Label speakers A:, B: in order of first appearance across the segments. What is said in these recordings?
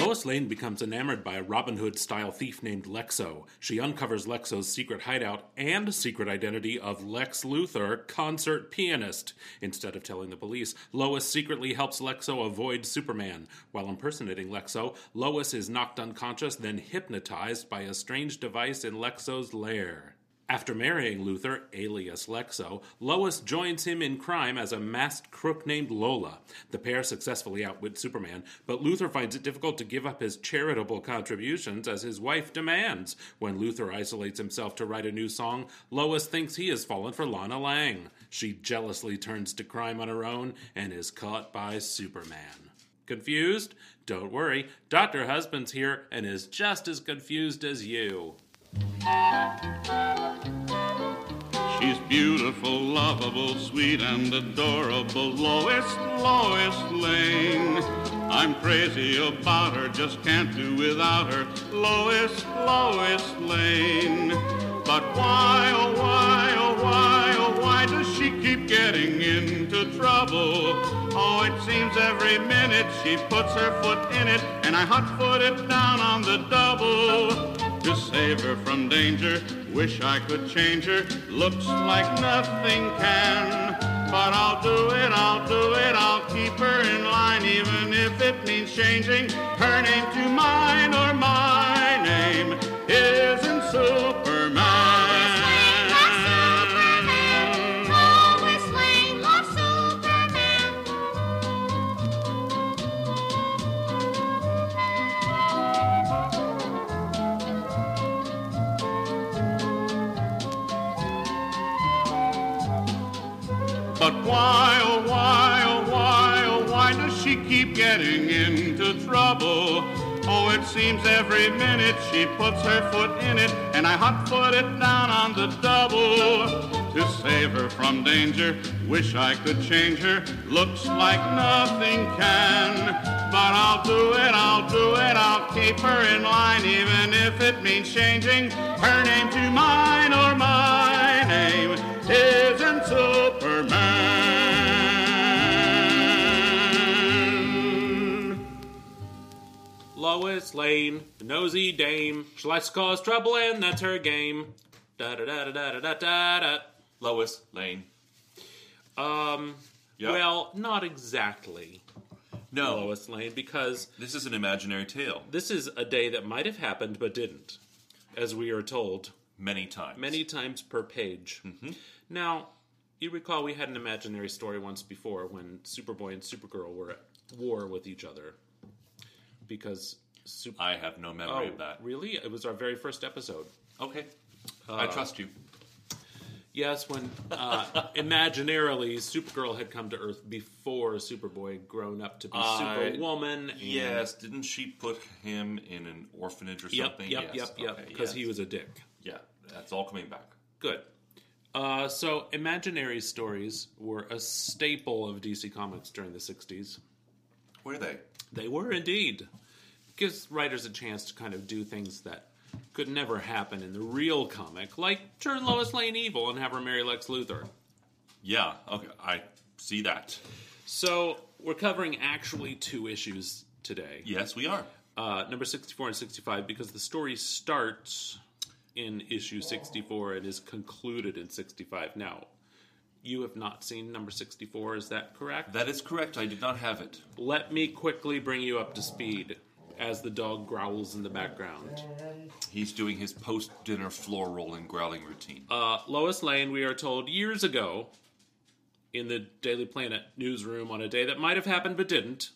A: Lois Lane becomes enamored by a Robin Hood style thief named Lexo. She uncovers Lexo's secret hideout and secret identity of Lex Luthor, concert pianist. Instead of telling the police, Lois secretly helps Lexo avoid Superman. While impersonating Lexo, Lois is knocked unconscious, then hypnotized by a strange device in Lexo's lair. After marrying Luther, alias Lexo, Lois joins him in crime as a masked crook named Lola. The pair successfully outwit Superman, but Luther finds it difficult to give up his charitable contributions as his wife demands. When Luther isolates himself to write a new song, Lois thinks he has fallen for Lana Lang. She jealously turns to crime on her own and is caught by Superman. Confused? Don't worry, Dr. Husband's here and is just as confused as you.
B: She's beautiful, lovable, sweet, and adorable. Lois, Lois Lane. I'm crazy about her, just can't do without her. Lois, Lois Lane. But why, oh, why, oh, why, oh, why does she keep getting into trouble? Oh, it seems every minute she puts her foot in it, and I hot foot it down on the double to save her from danger. Wish I could change her. Looks like nothing can. But I'll do it, I'll do it, I'll keep her in line, even if it means changing her name to mine or my name isn't Superman. But why, oh why, oh why, oh why does she keep getting into trouble? Oh, it seems every minute she puts her foot in it, and I hot foot it down on the double to save her from danger. Wish I could change her. Looks like nothing can, but I'll do it, I'll do it, I'll keep her in line, even if it means changing her name to mine or my name isn't Superman.
A: Lois Lane, nosy dame. She likes to cause trouble, and that's her game. Da da da da da da da da.
C: Lois Lane.
A: Um.
C: Yeah.
A: Well, not exactly
C: No,
A: Lois Lane, because
C: this is an imaginary tale.
A: this is a day that might have happened but didn't, as we are told
C: Many times. Mm-hmm.
A: many times per page. Now, you recall we had an imaginary story once before when Superboy and Supergirl were at war with each other because Super. Oh,
C: I have no memory of that.
A: really? It was our very first episode.
C: Okay. I trust you.
A: Yes, when uh, imaginarily Supergirl had come to Earth before Superboy had grown up to be
C: I-
A: Superwoman. and-
C: Yes, didn't she put him in an orphanage or
A: Yep,
C: something?
A: yep,
C: yes.
A: yep, yep.
C: okay,
A: Because
C: yes.
A: he was a dick.
C: Yeah, that's all coming back.
A: Good. Uh, so, imaginary stories were a staple of DC Comics during the 60s.
C: Were they?
A: They were indeed. Gives writers a chance to kind of do things that could never happen in the real comic, like turn Lois Lane evil and have her marry Lex Luthor.
C: Yeah, okay. I see that.
A: So, we're covering actually two issues today.
C: Yes, we are.
A: uh, number 64 and 65 because the story starts in issue 64 and is concluded in 65. Now, you have not seen number 64, is that correct?
C: That is correct. I did not have it.
A: Let me quickly bring you up to speed as the dog growls in the background.
C: He's doing his post dinner floor rolling growling routine.
A: Uh, Lois Lane, we are told years ago in the Daily Planet newsroom on a day that might have happened but didn't,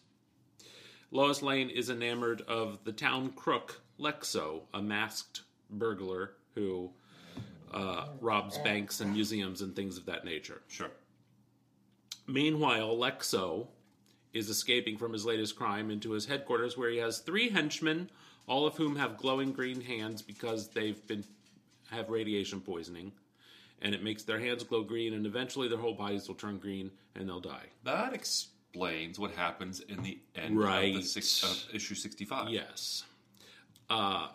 A: Lois Lane is enamored of the town crook, Lexo, a masked burglar who uh, robs banks and museums and things of that nature.
C: sure.
A: Meanwhile, Lexo is escaping from his latest crime into his headquarters where he has three henchmen, all of whom have glowing green hands because they've been have radiation poisoning. And it makes their hands glow green, and eventually their whole bodies will turn green and they'll die.
C: That explains what happens in the end of, the
A: Right.
C: six, of issue 65.
A: Yes. Uh,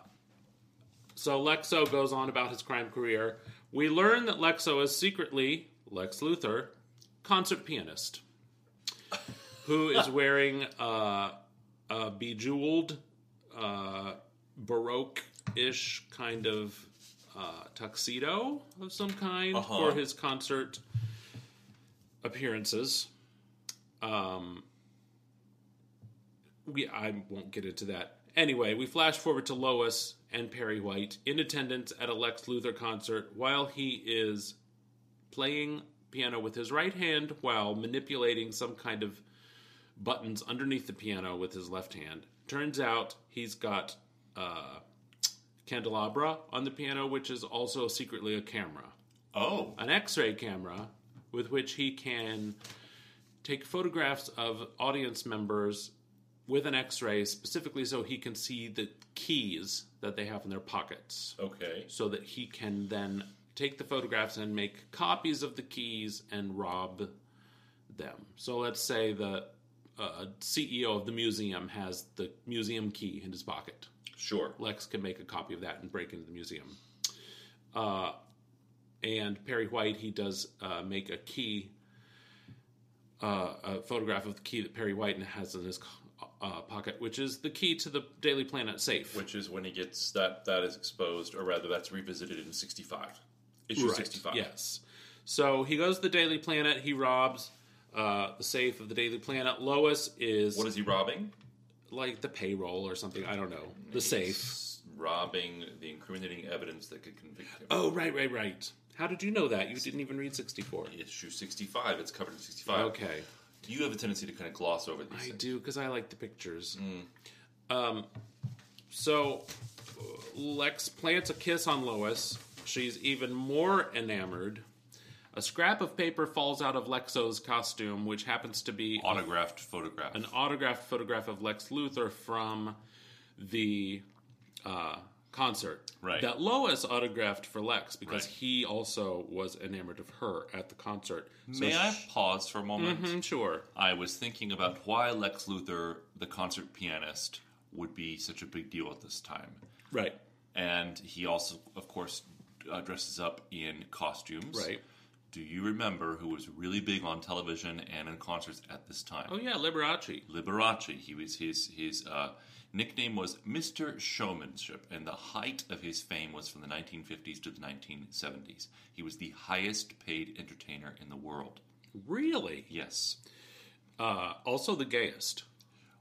A: so Lexo goes on about his crime career. We learn that Lexo is secretly Lex Luthor, concert pianist, who is wearing uh, a bejeweled, uh, baroque ish kind of uh, tuxedo of some kind for his concert appearances. Um, we I won't get into that. Anyway, we flash forward to Lois and Perry White in attendance at a Lex Luthor concert while he is playing piano with his right hand while manipulating some kind of buttons underneath the piano with his left hand. Turns out he's got uh, candelabra on the piano, which is also secretly a camera,
C: Oh.
A: an X-ray camera with which he can take photographs of audience members with an x-ray specifically so he can see the keys that they have in their pockets
C: Okay.
A: so that he can then take the photographs and make copies of the keys and rob them so let's say the uh, ceo of the museum has the museum key in his pocket
C: Sure.
A: Lex can make a copy of that and break into the museum. Uh, and Perry White, he does uh, make a key, uh, a photograph of the key that Perry White has in his uh, pocket, which is the key to the Daily Planet safe.
C: Which is when he gets that, that is exposed, or rather, that's revisited in 65. Issue 65.
A: Yes. So he goes to the Daily Planet. He robs uh, the safe of the Daily Planet. Lois is
C: What is he robbing?
A: like the payroll or something. I don't know. The safe.
C: He's robbing the incriminating evidence that could convict him.
A: Oh, right, right, right. How did you know that? You didn't even read 64.
C: Issue 65. It's covered in 65.
A: Okay.
C: You have a tendency to kind of gloss over these
A: I
C: things.
A: do because I like the pictures. Um, so uh, Lex plants a kiss on Lois. She's even more enamored. A scrap of paper falls out of Lexo's costume, which happens to be
C: Autographed photograph.
A: an autographed photograph of Lex Luthor from the uh, concert
C: Right.
A: that Lois autographed for Lex because
C: Right.
A: he also was enamored of her at the concert. So
C: May I
A: sh-
C: pause for a moment?
A: Mhm, sure.
C: I was thinking about why Lex Luthor, the concert pianist, would be such a big deal at this time.
A: Right.
C: And he also, of course, uh, dresses up in costumes.
A: Right.
C: Do you remember who was really big on television and in concerts at this time?
A: Oh yeah, Liberace.
C: Liberace. He was his his uh, nickname was Mister Showmanship, and the height of his fame was from the 1950s to the 1970s. He was the highest paid entertainer in the world.
A: Really?
C: Yes.
A: Uh, also the gayest.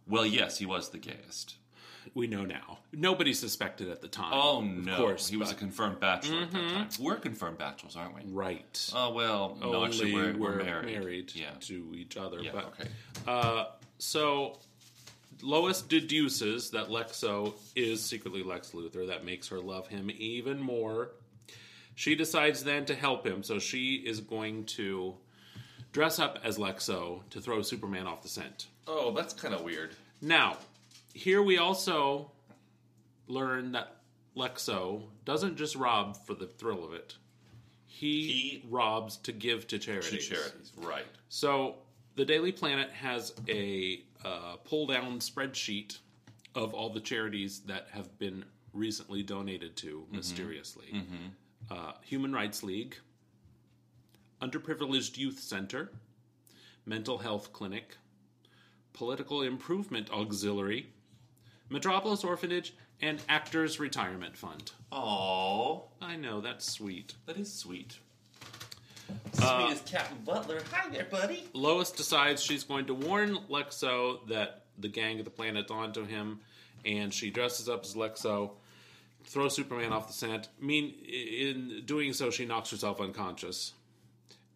C: Well, yes, he was the gayest.
A: We know now. Nobody suspected at the time.
C: Oh no!
A: Of course.
C: he was a
A: but- Mm-hmm.
C: confirmed bachelor at that time. We're confirmed bachelors, aren't we?
A: right.
C: Oh well, no,
A: Only
C: actually, we're, we're
A: we're
C: married. Yeah.
A: yeah. to each other.
C: Yeah.
A: but,
C: okay.
A: Uh, so Lois deduces that Lexo is secretly Lex Luthor. That makes her love him even more. She decides then to help him, so she is going to dress up as Lexo to throw Superman off the scent.
C: Oh, that's kind of weird.
A: Now, here we also learn that Lexo doesn't just rob for the thrill of it. He,
C: He-
A: robs to give to charities.
C: To charities, right?
A: So the Daily Planet has a uh, pull down spreadsheet of all the charities that have been recently donated to
C: Mm-hmm.
A: mysteriously. Uh, Human Rights League, Underprivileged Youth Center, Mental Health Clinic, Political Improvement Auxiliary, Metropolis Orphanage, and Actors Retirement Fund.
C: Aww,
A: I know, that's sweet.
C: that is sweet. Sweet as Captain Butler. Hi there, buddy.
A: Lois decides she's going to warn Lexo that the gang of the planet's onto him, and she dresses up as Lexo, throws Superman off the scent. Mean in doing so, she knocks herself unconscious.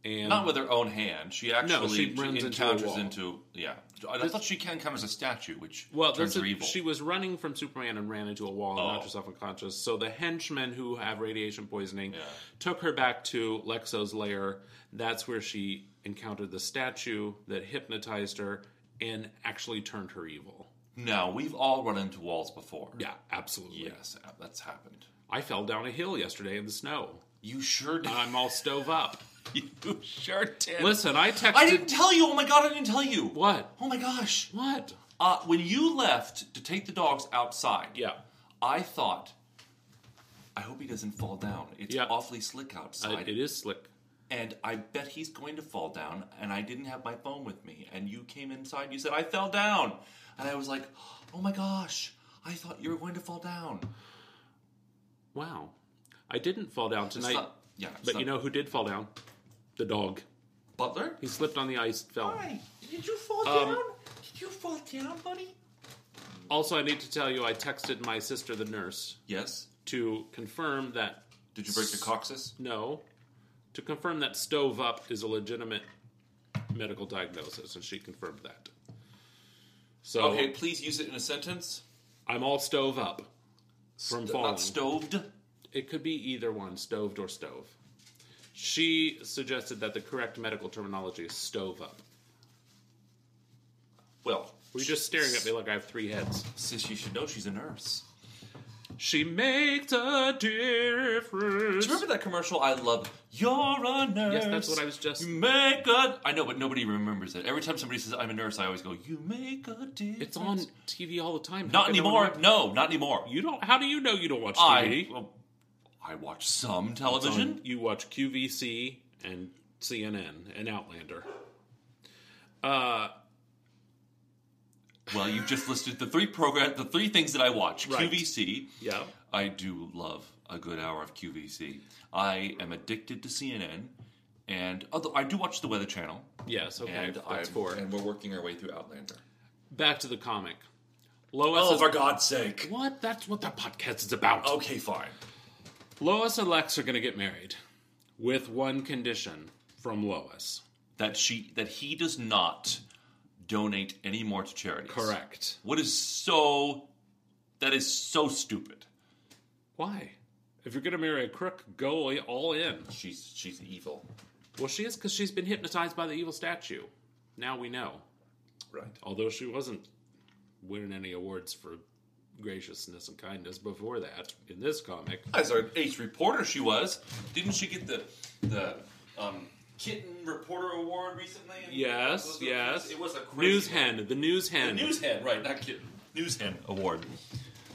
A: And
C: Not with her own hand. She actually
A: she runs into a
C: encounters
A: wall.
C: into- yeah. And I thought she can come as a statue, which
A: well,
C: turns
A: that's
C: her
A: a-
C: evil.
A: she was running from Superman and ran into a wall and
C: Oh.
A: knocked herself unconscious. So the henchmen who have radiation poisoning
C: Yeah.
A: took her back to Lexo's lair. That's where she encountered the statue that hypnotized her and actually turned her evil.
C: Now we've all run into walls before.
A: Yeah, absolutely.
C: Yes, uh, that's happened.
A: I fell down a hill yesterday in the snow.
C: You sure did.
A: I'm all stove up.
C: you sure did.
A: Um, Listen, I texted.
C: I didn't tell you. Oh my god, I didn't tell you.
A: What?
C: Oh my gosh.
A: What?
C: Uh, when you left to take the dogs outside,
A: Yeah.
C: I thought, I hope he doesn't fall down. It's
A: Yeah.
C: awfully slick
A: Uh,
C: outside,
A: it is slick.
C: and I bet he's going to fall down. And I didn't have my phone with me, and you came inside. and You said I fell down, and I was like, oh my gosh, I thought you were going to fall down.
A: Wow. I didn't fall down tonight.
C: not- yeah, it's
A: But
C: not-
A: you know who did fall down? The dog.
C: Butler, Um,
A: He slipped on the ice, fell.
C: did you fall down? Did you fall down, buddy?
A: Also, I need to tell you, I texted my sister, the nurse,
C: Yes.
A: to confirm that
C: Did you break your coccyx?
A: no, to confirm that stove up is a legitimate medical diagnosis, and she confirmed that. So
C: Okay, please use it in a sentence.
A: I'm all stove up from
C: St-
A: falling.
C: Not stoved.
A: It could be either one, stoved or stove. She suggested that the correct medical terminology is stove up.
C: Well,
A: Were you just staring at me like I have three heads?
C: sis, you should know she's a nurse.
A: She makes a difference.
C: Do you remember that commercial? I love you're a nurse.
A: Yes, that's what I was just.
C: You make a. I know, but nobody remembers it. Every time somebody says I'm a nurse, I always go, "You make a difference."
A: It's on TV all the time. How
C: Not
A: can no one
C: anymore.
A: remember-
C: No, not anymore.
A: You don't. How do you know you don't watch
C: I.
A: TV?
C: Well, I watch some
A: It's on-
C: television.
A: Um, you watch QVC and CNN and Outlander. Uh,
C: Well, you've just listed the three program, the three things that I watch.
A: Right.
C: QVC.
A: yeah.
C: I do love a good hour of QVC. I am addicted to CNN, and although I do watch the Weather Channel,
A: Yes. Okay.
C: and
A: that's
C: I'm-
A: four.
C: and we're working our way through Outlander.
A: Back to the comic. Lois.
C: Oh,
A: is-
C: for God's sake!
A: What? That's what the podcast is about.
C: Okay, fine.
A: Lois and Lex are going to get married with one condition from Lois.
C: That she, that he does not donate any more to charities.
A: Correct.
C: What is so? That is so stupid.
A: Why? If you're going to marry a crook, go all in.
C: She's she's evil,
A: Well, she is because she's been hypnotized by the evil statue. Now we know.
C: right?
A: Although she wasn't winning any awards for graciousness and kindness before that in this comic.
C: As our ace reporter, she was. Didn't she get the the um, kitten reporter award recently?
A: Yes,
C: Those-
A: yes.
C: It was a crazy
A: news hen. The news hen.
C: News hen, right? Not kitten. News hen award.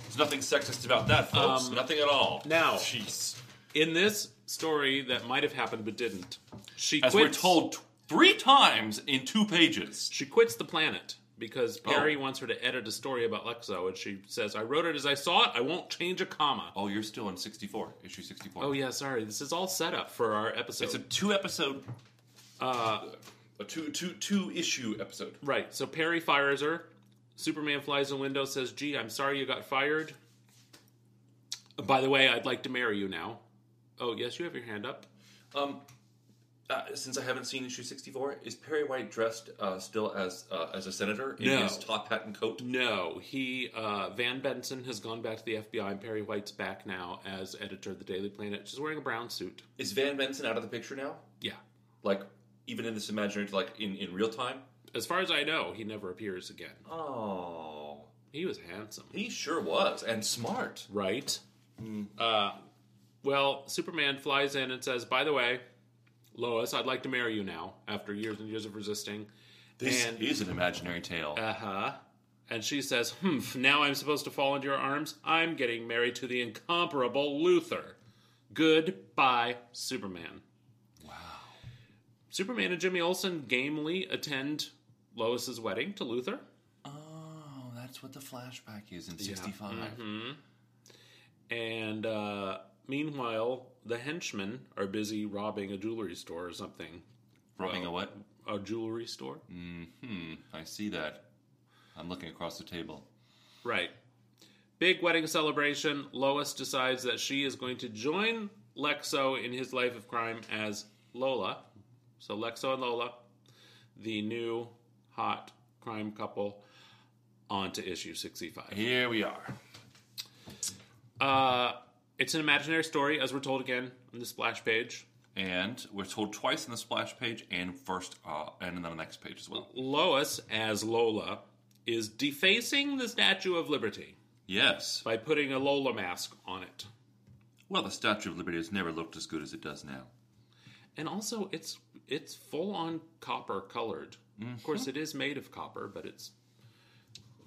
C: There's nothing sexist about that, folks.
A: Um,
C: nothing at all.
A: now-
C: jeez.
A: in this story that might have happened but didn't. She
C: As
A: quits.
C: we're told t- three times in two pages.
A: She quits the planet because Perry
C: Oh.
A: wants her to edit a story about Lexo, and she says, "I wrote it as I saw it. I won't change a comma."
C: Oh, you're still in 64 issue 64.
A: Oh yeah, sorry. This is all set up for our episode.
C: it's a two episode. Uh, a two two two issue episode.
A: Right. So Perry fires her. Superman flies in the window, says, "Gee, I'm sorry you got fired. By the way, I'd like to marry you now." Oh yes, you have your hand up.
C: Um, uh, since I haven't seen issue 64, is Perry White dressed uh, still as uh, as a senator in
A: No.
C: his top hat and coat?
A: No, he uh, Van Benson has gone back to the FBI, and Perry White's back now as editor of the Daily Planet. She's wearing a brown suit.
C: Is Van Benson out of the picture now?
A: Yeah.
C: Like even in this imaginary, like in in real time?
A: As far as I know, he never appears again.
C: Oh,
A: He was handsome.
C: he sure was and smart.
A: Right. Uh, well, Superman flies in and says, "By the way, Lois, I'd like to marry you now." After years and years of resisting,
C: This
A: and
C: is an imaginary tale.
A: uh huh. And she says, "Humph! Now I'm supposed to fall into your arms. I'm getting married to the incomparable Luther. Goodbye, Superman." Wow. Superman and Jimmy Olsen gamely attend Lois's wedding to Luther.
C: oh, that That's what the flashback is in 65.
A: And uh, meanwhile, the henchmen are busy robbing a jewelry store or something.
C: Rubbing a what?
A: A jewelry store?
C: Hmm, I see that. I'm looking across the table.
A: Right. Big wedding celebration. Lois decides that she is going to join Lexo in his life of crime as Lola. So Lexo and Lola, the new hot crime couple, on to issue 65.
C: Here we are.
A: Uh, it's an imaginary story, as we're told again on the splash page.
C: And we're told twice on the splash page and first uh, and then on the next page as well.
A: Lois, as Lola, is defacing the Statue of Liberty
C: Yes.
A: by putting a Lola mask on it.
C: Well, the Statue of Liberty has never looked as good as it does now.
A: And also, it's it's full on copper colored.
C: Mm-hmm.
A: Of course, it is made of copper, but it's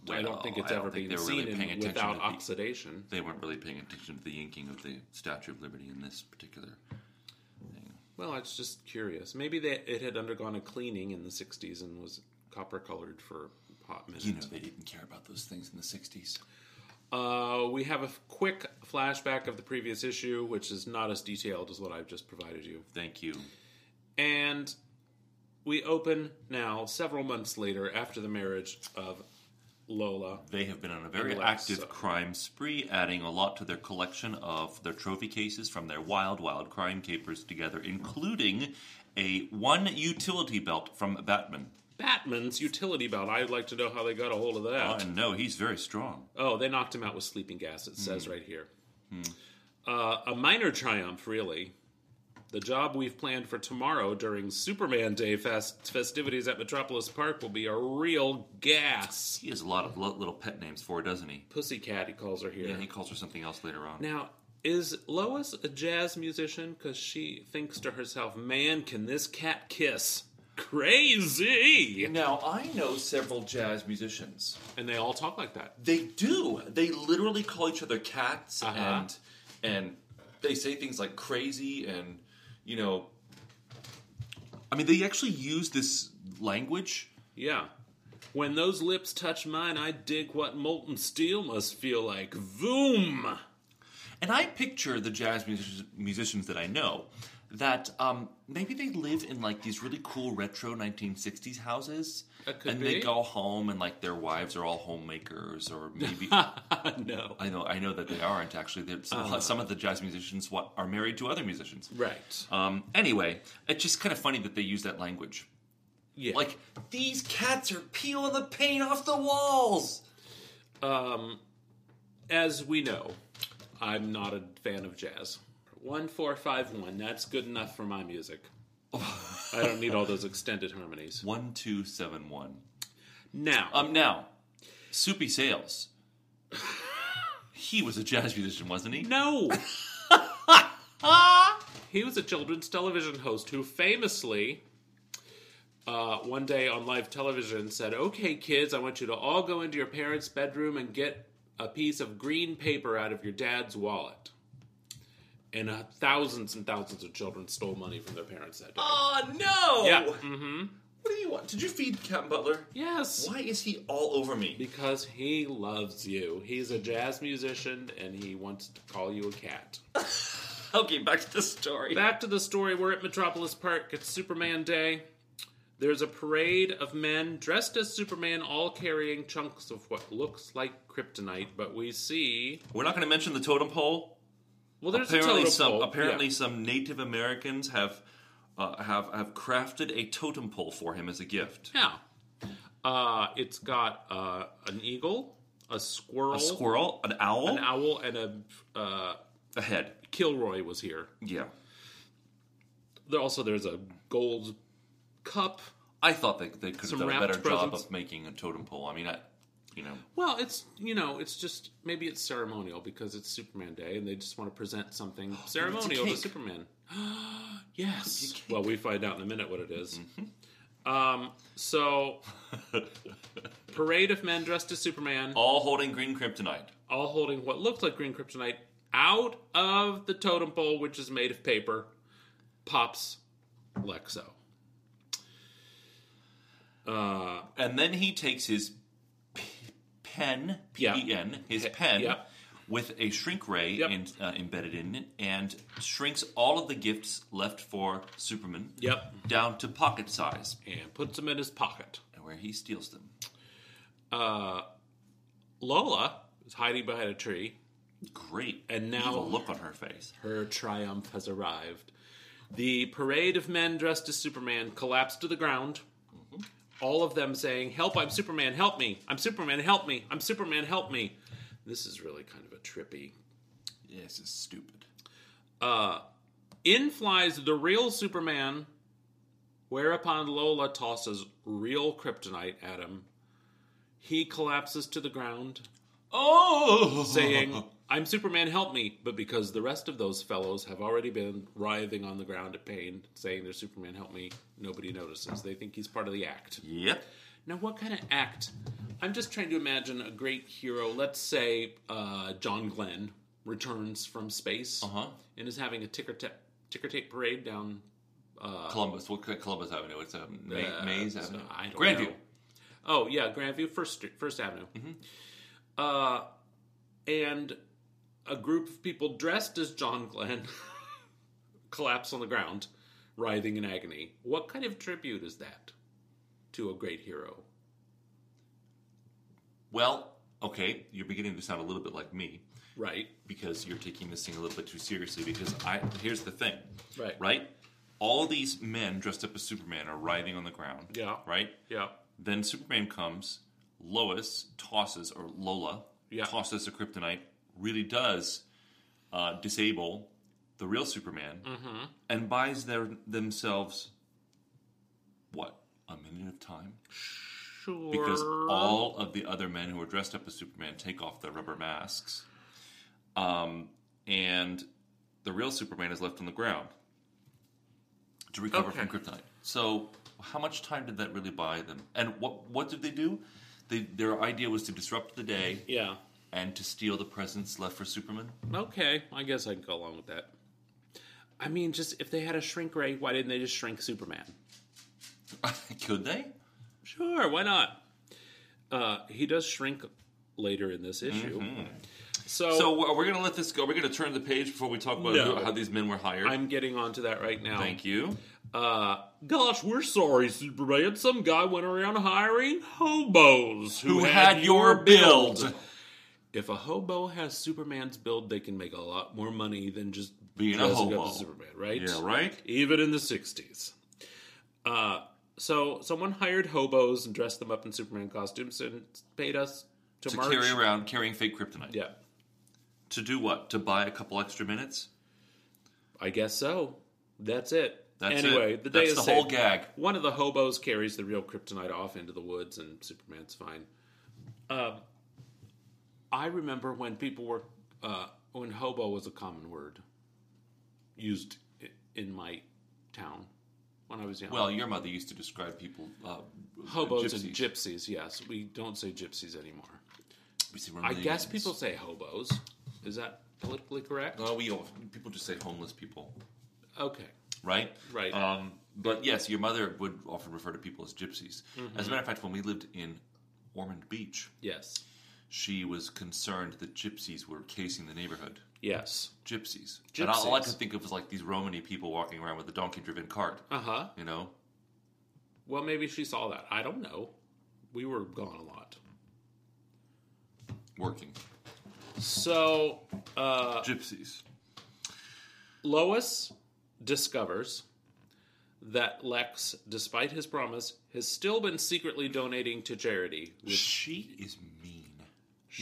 A: I
C: Well,
A: don't think it's
C: I don't
A: ever
C: think
A: been
C: they're
A: seen
C: really
A: in-
C: paying attention
A: without
C: to the-
A: oxidation.
C: They weren't really paying attention to the inking of the Statue of Liberty in this particular thing.
A: Well, it's just curious. Maybe they, it had undergone a cleaning in the '60s and was copper colored for a hot minutes.
C: You know, they didn't care about those things in the 60s.
A: Uh, we have a f- quick flashback of the previous issue, which is not as detailed as what I've just provided you.
C: Thank you.
A: And we open now, several months later, after the marriage of Lola.
C: They have been on a very
A: Unless,
C: active
A: uh,
C: crime spree, adding a lot to their collection of their trophy cases from their wild, wild crime capers together, including a one utility belt from Batman.
A: Batman's utility belt. I'd like to know how they got a hold of
C: Oh,
A: that.
C: and no, he's very strong.
A: Oh, they knocked him out with sleeping gas, it says right here. Uh, a minor triumph, really. The job we've planned for tomorrow during Superman Day fest- festivities at Metropolis Park will be a real gas.
C: He has a lot of lo- little pet names for her, doesn't he?
A: Pussycat, he calls her here.
C: Yeah, he calls her something else later on.
A: Now, is Lois a jazz musician? Because she thinks to herself, man, can this cat kiss? Crazy!
C: Now, I know several jazz musicians.
A: And they all talk like that.
C: They do. They literally call each other cats
A: Uh-huh.
C: and and they say things like crazy and you know I mean they actually use this language.
A: Yeah. When those lips touch mine, I dig what molten steel must feel like. Voom!
C: And I picture the jazz music- musicians that I know that um, maybe they live in like these really cool retro 1960s houses
A: That could
C: and
A: be.
C: they go home and like their wives are all homemakers or maybe
A: no.
C: I know I know that they aren't actually They're- some,
A: Uh.
C: some of the jazz musicians wa- are married to other musicians.
A: Right. Uh,
C: Um, anyway, it's just kind of funny that they use that language.
A: Yeah.
C: Like, these cats are peeling the paint off the walls.
A: as we know, I'm not a fan of jazz. 1451, that's good enough for my music. I don't need all those extended harmonies.
C: One, two, seven, one.
A: Now,
C: Um, now, Soupy Sales. he was a jazz musician, wasn't he?
A: No. he was a children's television host who famously, uh, one day on live television, said, "Okay, kids, I want you to all go into your parents' bedroom and get a piece of green paper out of your dad's wallet." And uh, thousands and thousands of children stole money from their parents that day.
C: Oh, no!
A: Yeah.
C: What do you want? Did you feed Captain Butler?
A: Yes.
C: Why is he all over me?
A: Because he loves you. He's a jazz musician and he wants to call you a cat.
C: Okay, back to the story.
A: Back to the story. We're at Metropolis Park. It's Superman Day. There's a parade of men dressed as Superman, all carrying chunks of what looks like kryptonite, but we see.
C: We're not going to mention the totem pole.
A: Well, there's a
C: apparently
A: totem
C: some
A: pole.
C: apparently
A: Yeah.
C: some Native Americans have uh, have have crafted a totem pole for him as a gift.
A: Yeah. Uh, it's got uh, an eagle, a squirrel,
C: A squirrel, an owl,
A: an owl, and a. Uh,
C: a head.
A: Kilroy was here.
C: Yeah,
A: There also there's a gold cup.
C: I thought they they could
A: Some
C: have done a
A: wrapped
C: better job
A: presents.
C: of making a totem pole. I mean, I you know
A: Well, it's you know, it's just maybe it's ceremonial because it's Superman Day, and they just want to present something ceremonial to
C: cake.
A: Superman. yes. Well, we find out in a minute what it is. Um, so, parade of men dressed as Superman,
C: all holding green kryptonite.
A: all holding what looked like green kryptonite, out of the totem pole, which is made of paper, pops Lexo.
C: And then he takes his p- pen, P
A: Yeah.
C: E N, his
A: Pe-
C: pen,
A: yeah.
C: with a shrink ray
A: Yep.
C: in, uh, embedded in it, and shrinks all of the gifts left for Superman
A: Yep.
C: down to pocket size,
A: and puts them in his pocket.
C: where he steals them.
A: Lola is hiding behind a tree.
C: Great.
A: And now-
C: Evil look on her face.
A: Her triumph has arrived. The parade of men dressed as Superman collapsed to the ground. All of them saying, Help, I'm Superman, help me. I'm Superman, help me. I'm Superman, help me. This is really kind of a trippy.
C: This is stupid.
A: In flies the real Superman, whereupon Lola tosses real kryptonite at him. He collapses to the ground.
C: Oh,
A: saying, I'm Superman, help me. But because the rest of those fellows have already been writhing on the ground at pain, saying they're Superman, help me, nobody notices. They think he's part of the act.
C: Yep.
A: Now, what kind of act? I'm just trying to imagine a great hero. Let's say uh, John Glenn returns from space
C: Uh-huh.
A: and is having a ticker, ta- ticker tape parade down
C: Columbus. What Columbus Avenue? It's um, Ma-
A: uh,
C: Maze
A: so
C: Avenue.
A: I don't
C: Grandview.
A: know. Oh yeah, Grandview First Street, First Avenue. Uh, and a group of people dressed as John Glenn collapse on the ground, writhing in agony. What kind of tribute is that to a great hero?
C: Well, okay, you're beginning to sound a little bit like me
A: Right.
C: because you're taking this thing a little bit too seriously. Because I here's the thing,
A: Right.
C: right? All these men dressed up as Superman are writhing on the ground.
A: Yeah.
C: Right.
A: Yeah.
C: Then Superman comes. Lois tosses or Lola
A: Yeah.
C: tosses a kryptonite. Really does uh, disable the real Superman
A: Mm-hmm.
C: and buys their themselves what a minute of time
A: Sure.
C: because all of the other men who are dressed up as Superman take off their rubber masks, um, and the real Superman is left on the ground to recover
A: Okay.
C: from kryptonite. So, how much time did that really buy them? And what what did they do? They, their idea was to disrupt the day
A: Yeah.
C: and to steal the presents left for Superman.
A: Okay. I guess I can go along with that. I mean, just if they had a shrink ray, why didn't they just shrink Superman?
C: Could they?
A: Sure, why not? Uh, he does shrink later in this issue. Mm-hmm. So,
C: So we're, we're going to let this go. We're going to turn the page before we talk about
A: No.
C: who- how these men were hired.
A: I'm getting onto that right now.
C: Thank you.
A: Uh, gosh, we're sorry, Superman. Some guy went around hiring hobos
C: Who had your build?
A: If a hobo has Superman's build, they can make a lot more money than just
C: Being a
A: dressing
C: hobo.
A: Up as Superman, right?
C: Yeah, right.
A: even in the 60s. Uh, so someone hired hobos and dressed them up in Superman costumes and paid us to,
C: to
A: march.
C: carry around carrying fake kryptonite.
A: Yeah,
C: To do what? To buy a couple extra minutes?
A: I guess so. That's it.
C: That's
A: anyway,
C: it.
A: the day
C: That's
A: is
C: the whole
A: saved.
C: gag.
A: One of the hobos carries the real kryptonite off into the woods, and Superman's fine. Um, I remember when people were uh, when hobo was a common word used i- in my town when I was young.
C: Well, your mother used to describe people uh,
A: hobos
C: gypsies.
A: and gypsies. Yes, we don't say gypsies anymore.
C: We say we're
A: I guess
C: millions.
A: people say hobos. Is that politically correct?
C: No, we all, people just say homeless people,
A: Okay.
C: right?
A: Right.
C: Um, but yes, your mother would often refer to people as gypsies.
A: Mm-hmm.
C: As a matter of fact, when we lived in Ormond Beach,
A: Yes.
C: she was concerned that gypsies were casing the neighborhood.
A: Yes.
C: Gypsies. And all, all I
A: Gypsies.
C: could think of was like these Romany people walking around with a donkey-driven cart.
A: Uh huh.
C: You know,
A: Well, maybe she saw that. I don't know. We were gone a lot.
C: working
A: So uh,
C: gypsies.
A: Lois discovers that Lex, despite his promise, has still been secretly donating to charity. With
C: She is mean.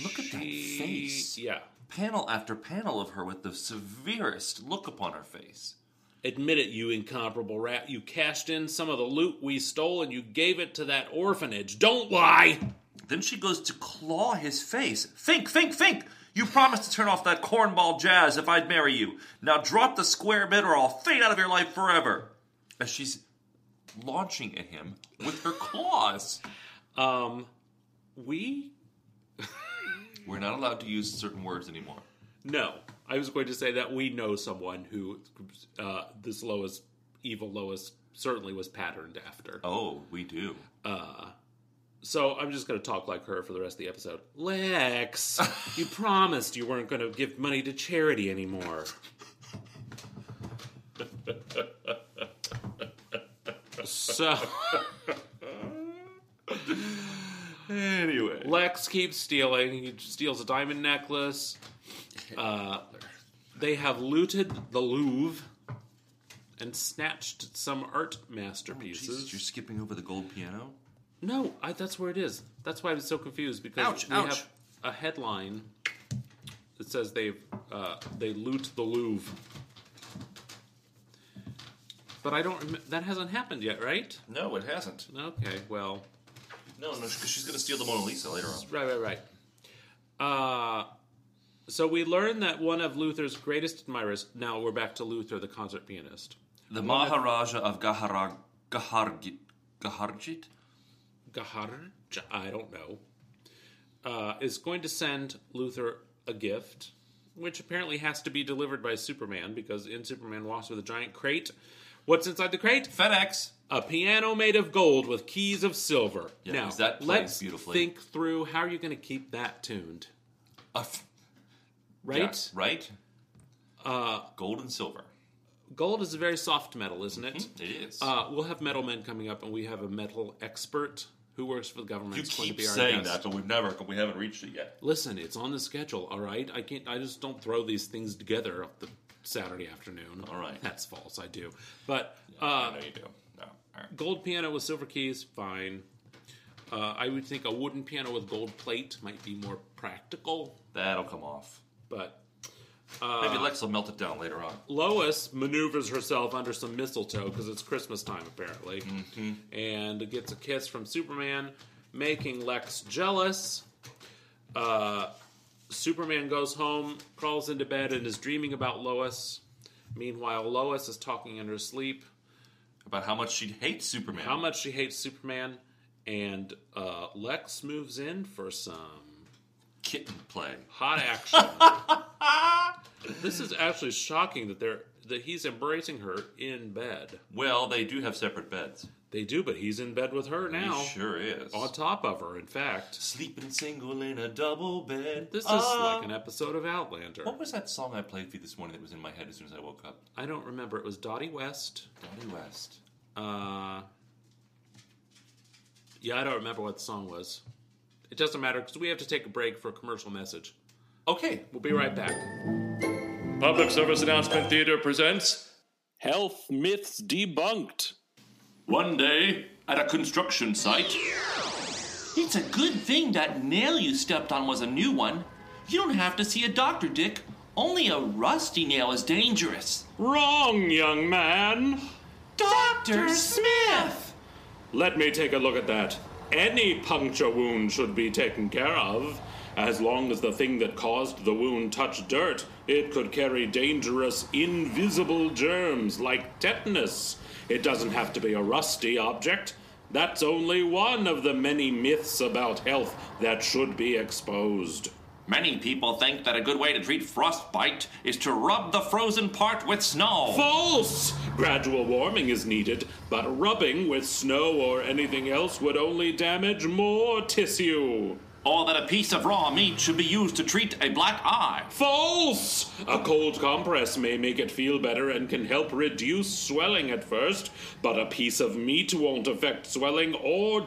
C: Look at
A: she-
C: that face.
A: Yeah.
C: Panel after panel of her with the severest look upon her face.
A: Admit it, you incomparable rat. You cashed in some of the loot we stole and you gave it to that orphanage. Don't lie!
C: Then she goes to claw his face. Think, think, think! You promised to turn off that cornball jazz if I'd marry you. Now drop the square bit or I'll fade out of your life forever. As she's launching at him with her claws.
A: Um, we
C: We're not allowed to use certain words anymore.
A: No, I was going to say that we know someone who uh, this Lois, evil Lois, certainly was patterned after.
C: Oh, we do.
A: So I'm just going to talk like her for the rest of the episode. Lex, you promised you weren't going to give money to charity anymore. so
C: Anyway.
A: Lex keeps stealing. He steals a diamond necklace. Uh, they have looted the Louvre and snatched some art masterpieces.
C: Oh, Jesus, you're skipping over the gold piano?
A: No, I, that's where it is. That's why I'm so confused because
C: Ouch,
A: we
C: ouch.
A: have a headline that says they've uh, they loot the Louvre, but I don't. Rem- that hasn't happened yet, right?
C: No, it hasn't.
A: Okay, well,
C: No, no, because she's going to steal the Mona Lisa later on.
A: right, right, right. Uh, so we learn that one of Luther's greatest admirers. Now we're back to Luther, the concert pianist,
C: The Maharaja of Gaharag, Gahargit. Gaharjit?
A: Gahar. I don't know. Uh, is going to send Luther a gift, which apparently has to be delivered by Superman because in Superman walks with a giant crate. What's inside the crate?
C: FedEx!
A: A piano made of gold with keys of silver.
C: Yeah,
A: now
C: because that plays
A: let's
C: beautifully.
A: think through how are you going to keep that tuned,
C: Uh, f-
A: right?
C: yeah, right? Uh, gold and silver.
A: Gold is a very soft metal, isn't it?
C: It is.
A: Uh, we'll have metal men coming up, and we have a metal expert who works for the government.
C: you
A: who's going to
C: keep
A: be our
C: saying
A: guest.
C: that, but we've never, we haven't reached it yet.
A: Listen, it's on the schedule, all right? I can't I just don't throw these things together up the Saturday afternoon.
C: All right.
A: That's false, I do. But uh
C: I know you do. No. all right.
A: gold piano with silver keys, fine. Uh, I would think a wooden piano with gold plate might be more practical,
C: That'll come off.
A: but Uh,
C: Maybe Lex will melt it down later on.
A: Lois maneuvers herself under some mistletoe because it's Christmas time, apparently, and gets a kiss from Superman, making Lex jealous. Uh, Superman goes home, crawls into bed, and is dreaming about Lois. Meanwhile, Lois is talking in her sleep
C: About how much she hates Superman.
A: how much she hates Superman, and uh, Lex moves in for some
C: Kitten play.
A: hot action. this is actually shocking that they're that he's embracing her in bed.
C: Well, they do have separate beds.
A: They do, but he's in bed with her now.
C: He sure is.
A: On top of her, in fact.
C: Sleeping single in a double bed.
A: This is
C: Ah.
A: like an episode of Outlander.
C: What was that song I played for you this morning that was in my head as soon as I woke up?
A: I don't remember. It was Dottie West.
C: Donnie West.
A: Uh, yeah, I don't remember what the song was. It doesn't matter because we have to take a break for a commercial message.
C: Okay.
A: We'll be right back.
D: Public Service Announcement Theater presents Health Myths Debunked.
C: One day at a construction site. It's a good thing that nail you stepped on was a new one. You don't have to see a doctor, Dick. Only a rusty nail is dangerous.
D: Wrong, young man.
C: Dr. Smith!
D: Let me take a look at that. Any puncture wound should be taken care of. As long as the thing that caused the wound touched dirt, it could carry dangerous, invisible germs like tetanus. It doesn't have to be a rusty object. That's only one of the many myths about health that should be exposed.
C: Many people think that a good way to treat frostbite is to rub the frozen part with snow.
D: False! Gradual warming is needed, but rubbing with snow or anything else would only damage more tissue.
C: or that a piece of raw meat should be used to treat a black eye.
D: False! A cold compress may make it feel better and can help reduce swelling at first, but a piece of meat won't affect swelling or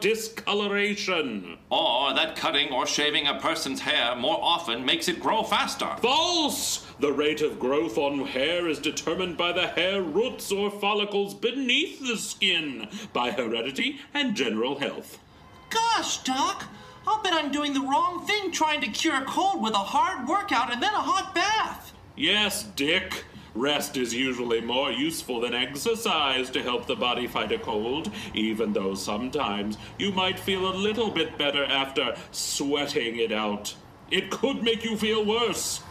D: discoloration.
C: Or that cutting or shaving a person's hair more often makes it grow faster.
D: False! The rate of growth on hair is determined by the hair roots or follicles beneath the skin, by heredity and general health.
C: Gosh, Doc! I'll bet I'm doing the wrong thing trying to cure a cold with a hard workout and then a hot bath.
D: Yes, Dick. Rest is usually more useful than exercise to help the body fight a cold, even though sometimes you might feel a little bit better after sweating it out. It could make you feel worse.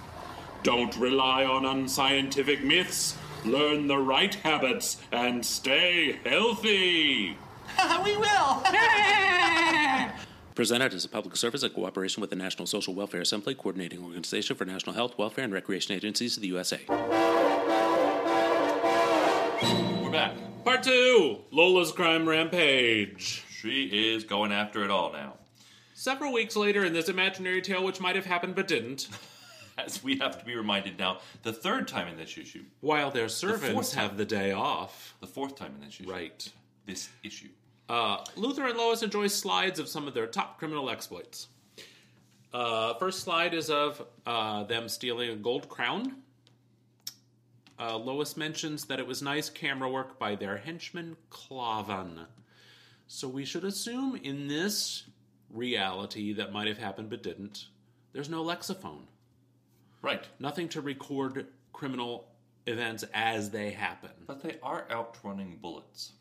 D: Don't rely on unscientific myths. Learn the right habits and stay healthy.
C: we will!
E: Presented as a public service in cooperation with the National Social Welfare Assembly, coordinating organization for national health, welfare, and recreation agencies of the USA.
C: We're back.
A: Part two.
D: Lola's Crime Rampage.
C: She is going after it all now.
A: Several weeks later, in this imaginary tale, which might have happened but didn't,
C: As we have to be reminded now, the third time in this issue,
A: while their
C: fourth
A: servants
C: time.
A: have the day off,
C: the fourth time in this issue,
A: Right.
C: This issue.
A: Uh, Luther and Lois enjoy slides of some of their top criminal exploits. Uh, first slide is of uh, them stealing a gold crown. Uh, Lois mentions that it was nice camera work by their henchman Clavan. So we should assume in this reality that might have happened but didn't, there's no lexophone.
C: Right.
A: Nothing to record criminal events as they happen.
C: But they are outrunning bullets.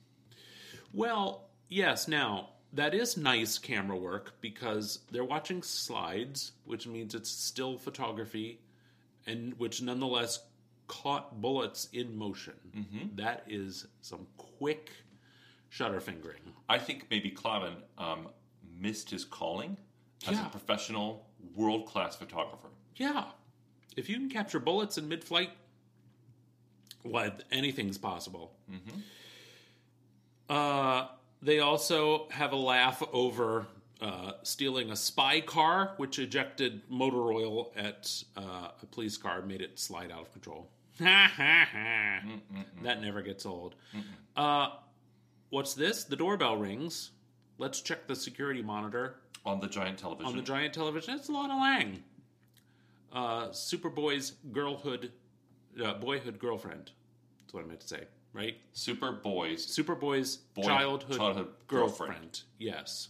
A: Well, yes. Now that is nice camera work because they're watching slides, which means it's still photography, and which nonetheless caught bullets in motion. That is some quick shutter fingering.
C: I think maybe Clavin um, missed his calling as
A: Yeah.
C: a professional, world class photographer.
A: Yeah, if you can capture bullets in mid-flight, well, anything's possible. Uh, they also have a laugh over uh, stealing a spy car, which ejected motor oil at uh, a police car, made it slide out of control. that never gets old. Uh, what's this? The doorbell rings. Let's check the security monitor
C: On the giant television.
A: on the giant television. It's Lana Lang, uh, Superboy's girlhood, uh, boyhood girlfriend. That's what I meant to say, right?
C: Super Boys.
A: Superboy's
C: Boy-
A: childhood,
C: childhood
A: girlfriend.
C: girlfriend.
A: Yes,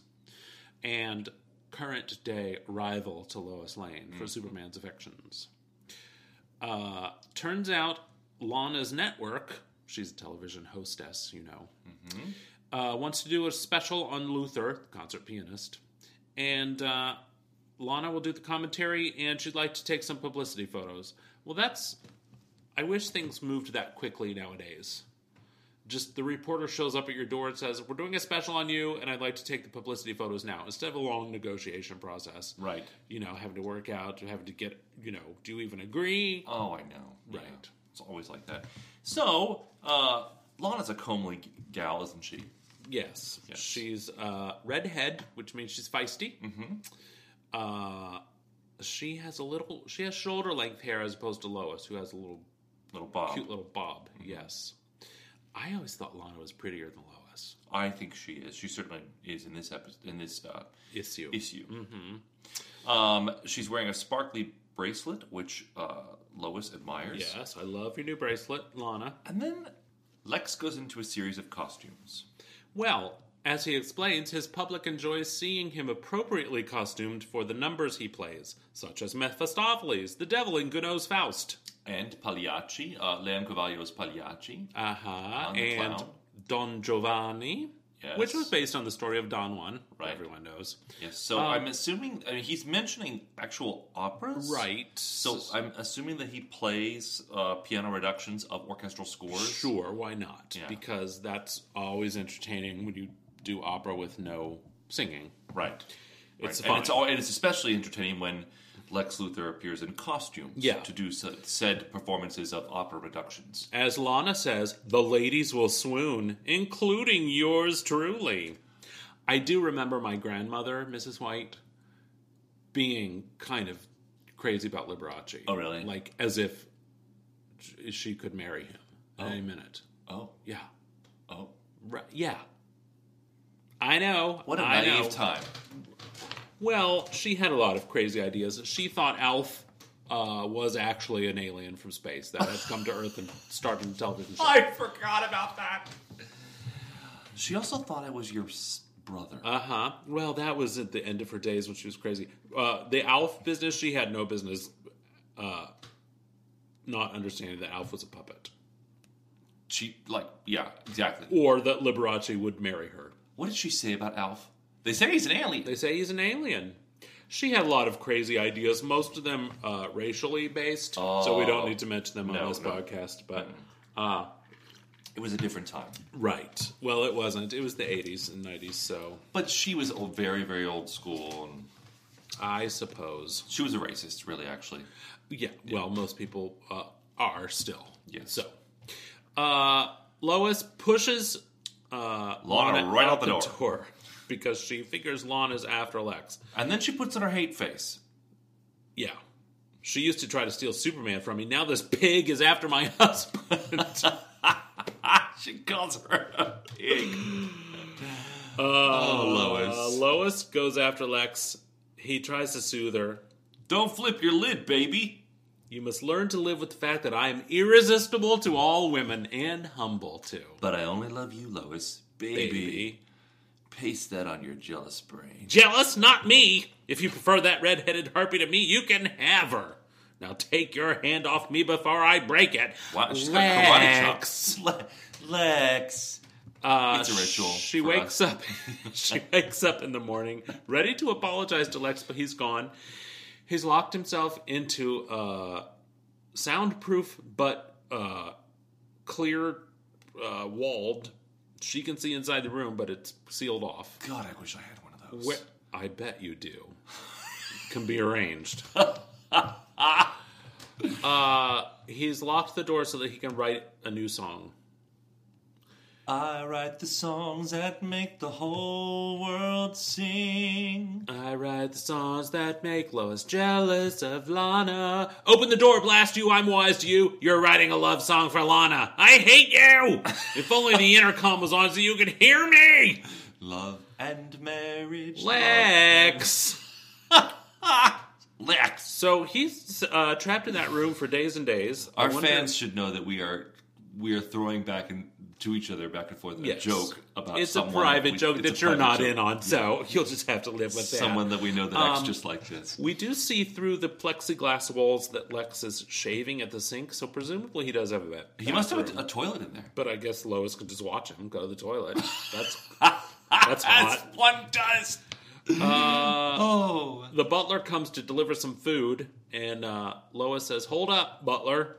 A: and current day rival to Lois Lane
C: Mm-hmm.
A: for Superman's affections. Uh, turns out Lana's network. She's a television hostess, you know
C: Mm-hmm.
A: uh, wants to do a special on Luther, the concert pianist, and uh, Lana will do the commentary, and she'd like to take some publicity photos. Well, that's. I wish things moved that quickly nowadays. Just the reporter shows up at your door and says, "We're doing a special on you, and I'd like to take the publicity photos now," instead of a long negotiation process.
C: Right.
A: You know, having to work out, having to get. You know, do you even agree?
C: Oh, I know. Yeah.
A: Right.
C: It's always like that. So, uh, Lana's a comely g- gal, isn't she?
A: Yes. She's uh, redhead, which means she's feisty. Mm-hmm. Uh, she has a little. She has shoulder length hair as opposed to Lois, who has a little
C: Little Bob.
A: cute little bob. Yes. I always thought Lana was prettier than Lois.
C: I think she is. She certainly is in this episode, in this uh,
A: Issue.
C: issue. Mm-hmm. Um, she's wearing a sparkly bracelet, which uh, Lois admires.
A: Yes, I love your new bracelet, Lana.
C: And then Lex goes into a series of costumes.
A: Well, as he explains, his public enjoys seeing him appropriately costumed for the numbers he plays, such as Mephistopheles, the devil in Gounod's Faust.
C: And Pagliacci, uh, Leon Cavallo's Pagliacci.
A: Uh-huh.
C: Don the
A: And
C: Clown.
A: Don Giovanni,
C: Yes.
A: which was based on the story of Don Juan.
C: Right.
A: Everyone knows.
C: Yes, so
A: um,
C: I'm assuming I mean, he's mentioning actual operas.
A: Right.
C: So I'm assuming that he plays uh, piano reductions of orchestral scores.
A: sure, why not?
C: Yeah.
A: Because that's always entertaining when you do opera with no singing.
C: Right.
A: It's
C: right.
A: fun.
C: And it's, all, and it's especially entertaining when Lex Luthor appears in costume
A: Yeah.
C: to do sa- said performances of opera reductions.
A: As Lana says, the ladies will swoon, including yours truly. I do remember my grandmother, Mrs. White, being kind of crazy about Liberace.
C: Oh, really?
A: Like as if sh- she could marry him in any minute.
C: Oh,
A: Yeah.
C: oh.
A: Right. Yeah. I know.
C: What a
A: I
C: naive
A: know.
C: time.
A: Well, she had a lot of crazy ideas. She thought Alf uh, was actually an alien from space that had come to Earth and started a television show.
C: I forgot about that. She also thought I was your s- brother.
A: Uh huh. Well, that was at the end of her days when she was crazy. Uh, the Alf business, she had no business uh, not understanding that Alf was a puppet
C: she, like, yeah, exactly.
A: or that Liberace would marry her.
C: What did she say about Alf? They say he's an alien.
A: They say he's an alien. She had a lot of crazy ideas, most of them uh, racially based, so we don't need to mention them on
C: Oh. No,
A: this
C: no.
A: podcast. But
C: It was a different time.
A: right, well, it wasn't. It was the '80s and '90s, so
C: But she was old, very, very old school. And
A: I suppose,
C: she was a racist, really, actually.
A: yeah. Well, most people uh, are still.
C: Yes.
A: So, uh, Lois pushes uh,
C: Lana right out the door.
A: door. because she figures Lon is after Lex.
C: And then she puts on her hate face.
A: Yeah. She used to try to steal Superman from me. Now this pig is after my husband.
C: She calls her a pig. oh,
A: Uh,
C: Lois.
A: Lois goes after Lex. He tries to soothe her.
C: Don't flip your lid, baby.
A: You must learn to live with the fact that I am irresistible to all women and humble too.
C: But I only love you, Lois. Baby.
A: Baby.
C: Paste that on your jealous brain.
A: Jealous, not me. If you prefer that red-headed harpy to me, you can have her. Now take your hand off me before I break it.
C: Wow, she's got karate
A: Lex.
C: chops. Le- Lex.
A: Uh,
C: It's a ritual
A: She
C: for
A: wakes
C: us.
A: up. she wakes up in the morning, ready to apologize to Lex, but he's gone. He's locked himself into a soundproof but uh, clear uh, walled. She can see inside the room, but it's sealed off.
C: God, I wish I had one of those.
A: Where, I bet you do. Can be arranged. uh, he's locked the door so that he can write a new song.
C: I write the songs that make the whole world sing.
A: I write the songs that make Lois jealous of Lana. Open the door, blast you, I'm wise to you. You're writing a love song for Lana. I hate you! if only the intercom was on so you could hear me!
C: Love and marriage.
A: Lex!
C: Lex.
A: So he's uh, trapped in that room for days and days. I
C: Our
A: wonder-
C: fans should know that we are we are throwing back and to each other back and forth
A: Yes.
C: a joke about
A: It's a
C: someone
A: private
C: we-
A: joke
C: it's a
A: that you're
C: private
A: not
C: joke.
A: in on, so you'll just have to live with that.
C: Someone that we know that acts
A: Um,
C: just like this.
A: We do see through the plexiglass walls that Lex is shaving at the sink, so presumably he does have a bed.
C: He must have a, a toilet in there.
A: But I guess Lois could just watch him go to the toilet. That's that's Uh, hot.
C: one does. oh,
A: The butler comes to deliver some food, and uh, Lois says, "Hold up, butler."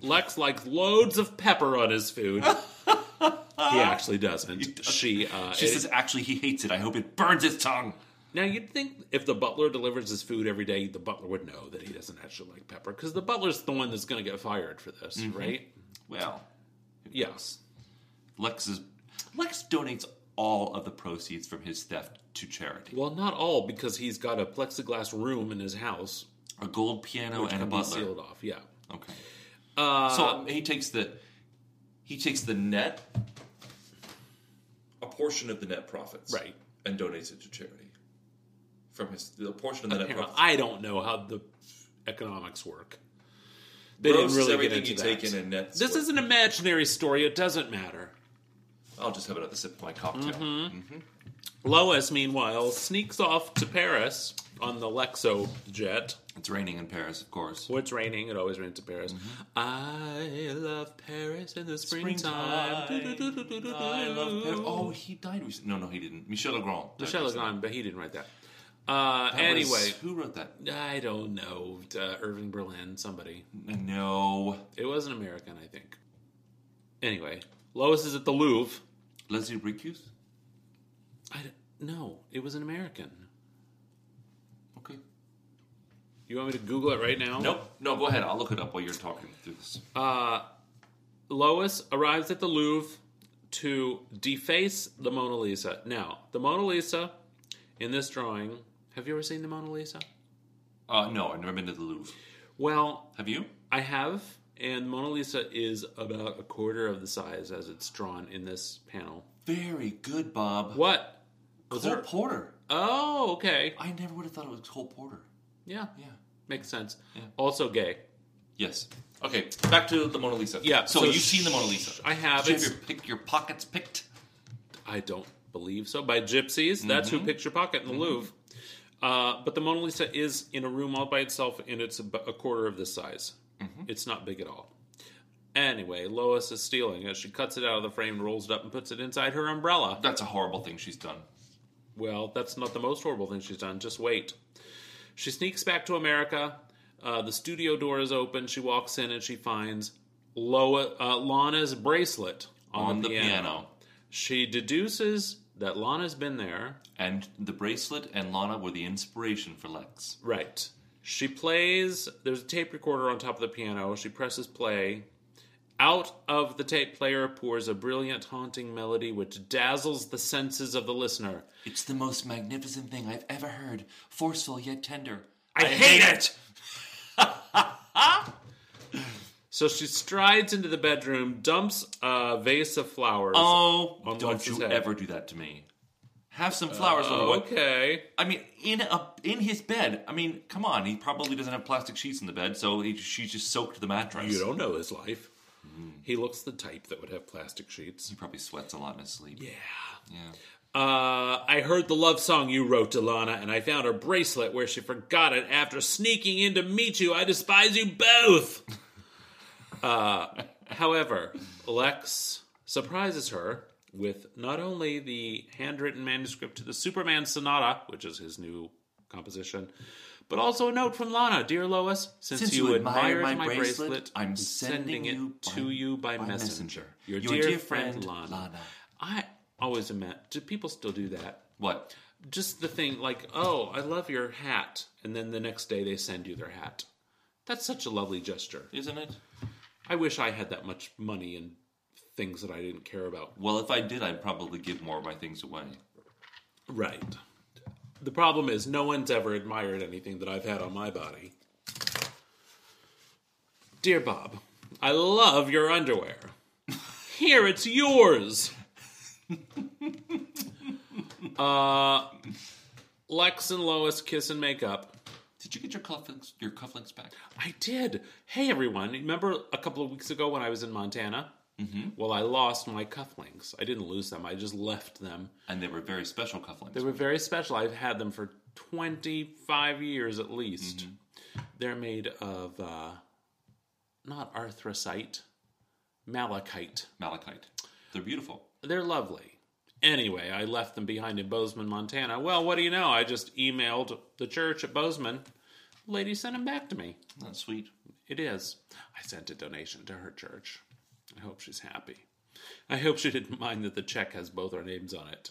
A: Lex likes loads of pepper on his food. he actually doesn't. She uh,
C: she
A: it-
C: says actually he hates it. I hope it burns his tongue.
A: now you'd think if the butler delivers his food every day, the butler would know that he doesn't actually like pepper because the butler's the one that's going to get fired for this,
C: Mm-hmm.
A: right?
C: Well,
A: Yes.
C: Lex is Lex donates all of the proceeds from his theft to charity.
A: Well, not all because he's got a plexiglass room in his house
C: A gold piano
A: which
C: and a
A: can be
C: butler.
A: sealed Uh, off. Yeah.
C: Okay. so um, he takes the he takes the net, a portion of the net profits,
A: Right.
C: and donates it to charity. From his the portion of the net
A: Apparently-
C: profits.
A: Uh, I don't know how the economics work. They
C: Gross is
A: didn't really
C: everything
A: get
C: you
A: into
C: take
A: that.
C: in and net.
A: This is an imaginary story. It doesn't matter.
C: I'll just have another sip of my cocktail.
A: Mm-hmm. Lois, meanwhile, sneaks off to Paris on the Lexo jet.
C: It's raining in Paris, of course.
A: Well, it's raining. It always rains in Paris.
C: Mm-hmm.
A: I love Paris in the springtime. Do-do-do-do-do-do-do.
C: I love Paris. Oh, he died recently. No, no, he didn't. Michel Legrand. died
A: Michel
C: recently.
A: Legrand, but he didn't write that. Uh,
C: That was-
A: anyway,
C: who wrote that?
A: I don't know. Uh, Irving Berlin, somebody.
C: No,
A: It was an American, I think. Anyway, Lois is at the Louvre.
C: Leslie Recuse.
A: I d- no, it was an American.
C: Okay.
A: You want me to Google it right now?
C: Nope. No, go ahead. I'll look it up while you're talking through this.
A: Lois arrives at the Louvre to deface the Mona Lisa. Now, the Mona Lisa in this drawing, have you ever seen the Mona Lisa?
C: Uh, no, I've never been to the Louvre.
A: Well,
C: Have you?
A: I have, and Mona Lisa is about a quarter of the size as it's drawn in this panel.
C: Very good, Bob.
A: What?
C: Cole
A: Was there-
C: Porter.
A: Oh, okay.
C: I never would have thought it was Cole Porter.
A: Yeah,
C: Yeah.
A: makes sense. Also gay.
C: Yes. Okay, back to the Mona Lisa.
A: Yeah,
C: So,
A: so
C: you've
A: sh-
C: seen the Mona Lisa.
A: I have.
C: Did you have
A: It's-
C: your, pick, your pockets picked?
A: I don't believe so. By gypsies. That's who picked your pocket in the Louvre. Uh, but the Mona Lisa is in a room all by itself, and it's ab- a quarter of this size. It's not big at all. Anyway, Lois is stealing it. She cuts it out of the frame, rolls it up, and puts it inside her umbrella.
C: That's a horrible thing she's done.
A: Well, that's not the most horrible thing she's done. Just wait. She sneaks back to America. Uh, the studio door is open. She walks in and she finds Loa, uh, Lana's bracelet on, the, piano. She deduces that Lana's been there.
C: And the bracelet and Lana were the inspiration for Lex.
A: Right. She plays. There's a tape recorder on top of the piano. She presses play, Out of the tape player pours a brilliant, haunting melody which dazzles the senses of the listener.
C: It's the most magnificent thing I've ever heard. Forceful yet tender.
A: I hate it! So she strides into the bedroom, dumps a vase of flowers.
C: Oh,
A: On
C: don't
A: Lex's
C: you
A: head.
C: ever do that to me. Have some flowers, little boy.
A: Oh, okay.
C: I mean, in a in his bed. I mean, come on. He probably doesn't have plastic sheets in the bed, so he, she just soaked the mattress.
A: You don't know his life. He looks the type that would have plastic sheets.
C: He probably sweats a lot in his sleep. Yeah. Yeah.
A: Uh, I heard the love song you wrote, Delana, and I found her bracelet where she forgot it after sneaking in to meet you. I despise you both. uh, however, Lex surprises her with not only the handwritten manuscript to the Superman Sonata, which is his new composition, but also a note from Lana, dear Lois. Since,
C: Since
A: you,
C: you
A: admired
C: admired
A: my,
C: my
A: bracelet,
C: bracelet, I'm sending
A: it
C: you by-
A: to you by,
C: by
A: messenger.
C: messenger.
A: Your,
C: Your
A: dear,
C: dear
A: friend,
C: friend,
A: Lana.
C: Lana.
A: I always imagine. Do people still do that?
C: What?
A: just the thing like oh i love your hat and then the next day they send you their hat that's such a lovely gesture
C: Isn't it?
A: i wish i had that much money and things that i didn't care about
C: Well, if I did, I'd probably give more of my things away.
A: right the problem is no one's ever admired anything that i've had on my body dear bob i love your underwear here it's yours uh lex and lois kiss and make up
C: Did you get your cufflinks? Your cufflinks back?
A: I did. Hey, everyone. Remember a couple of weeks ago when I was in Montana? Mm-hmm. Well, I lost my cufflinks. I didn't lose them, I just left them.
C: And they were very special cufflinks.
A: They were very special. I've had them for 25 years at least. They're made of uh, not arthrosite, malachite.
C: malachite. They're beautiful.
A: They're lovely. Anyway, I left them behind in Bozeman, Montana. Well, what do you know? I just emailed the church at Bozeman. Lady sent them back to me.
C: That's sweet.
A: It is. I sent a donation to her church. I hope she's happy. I hope she didn't mind that the check has both our names on it.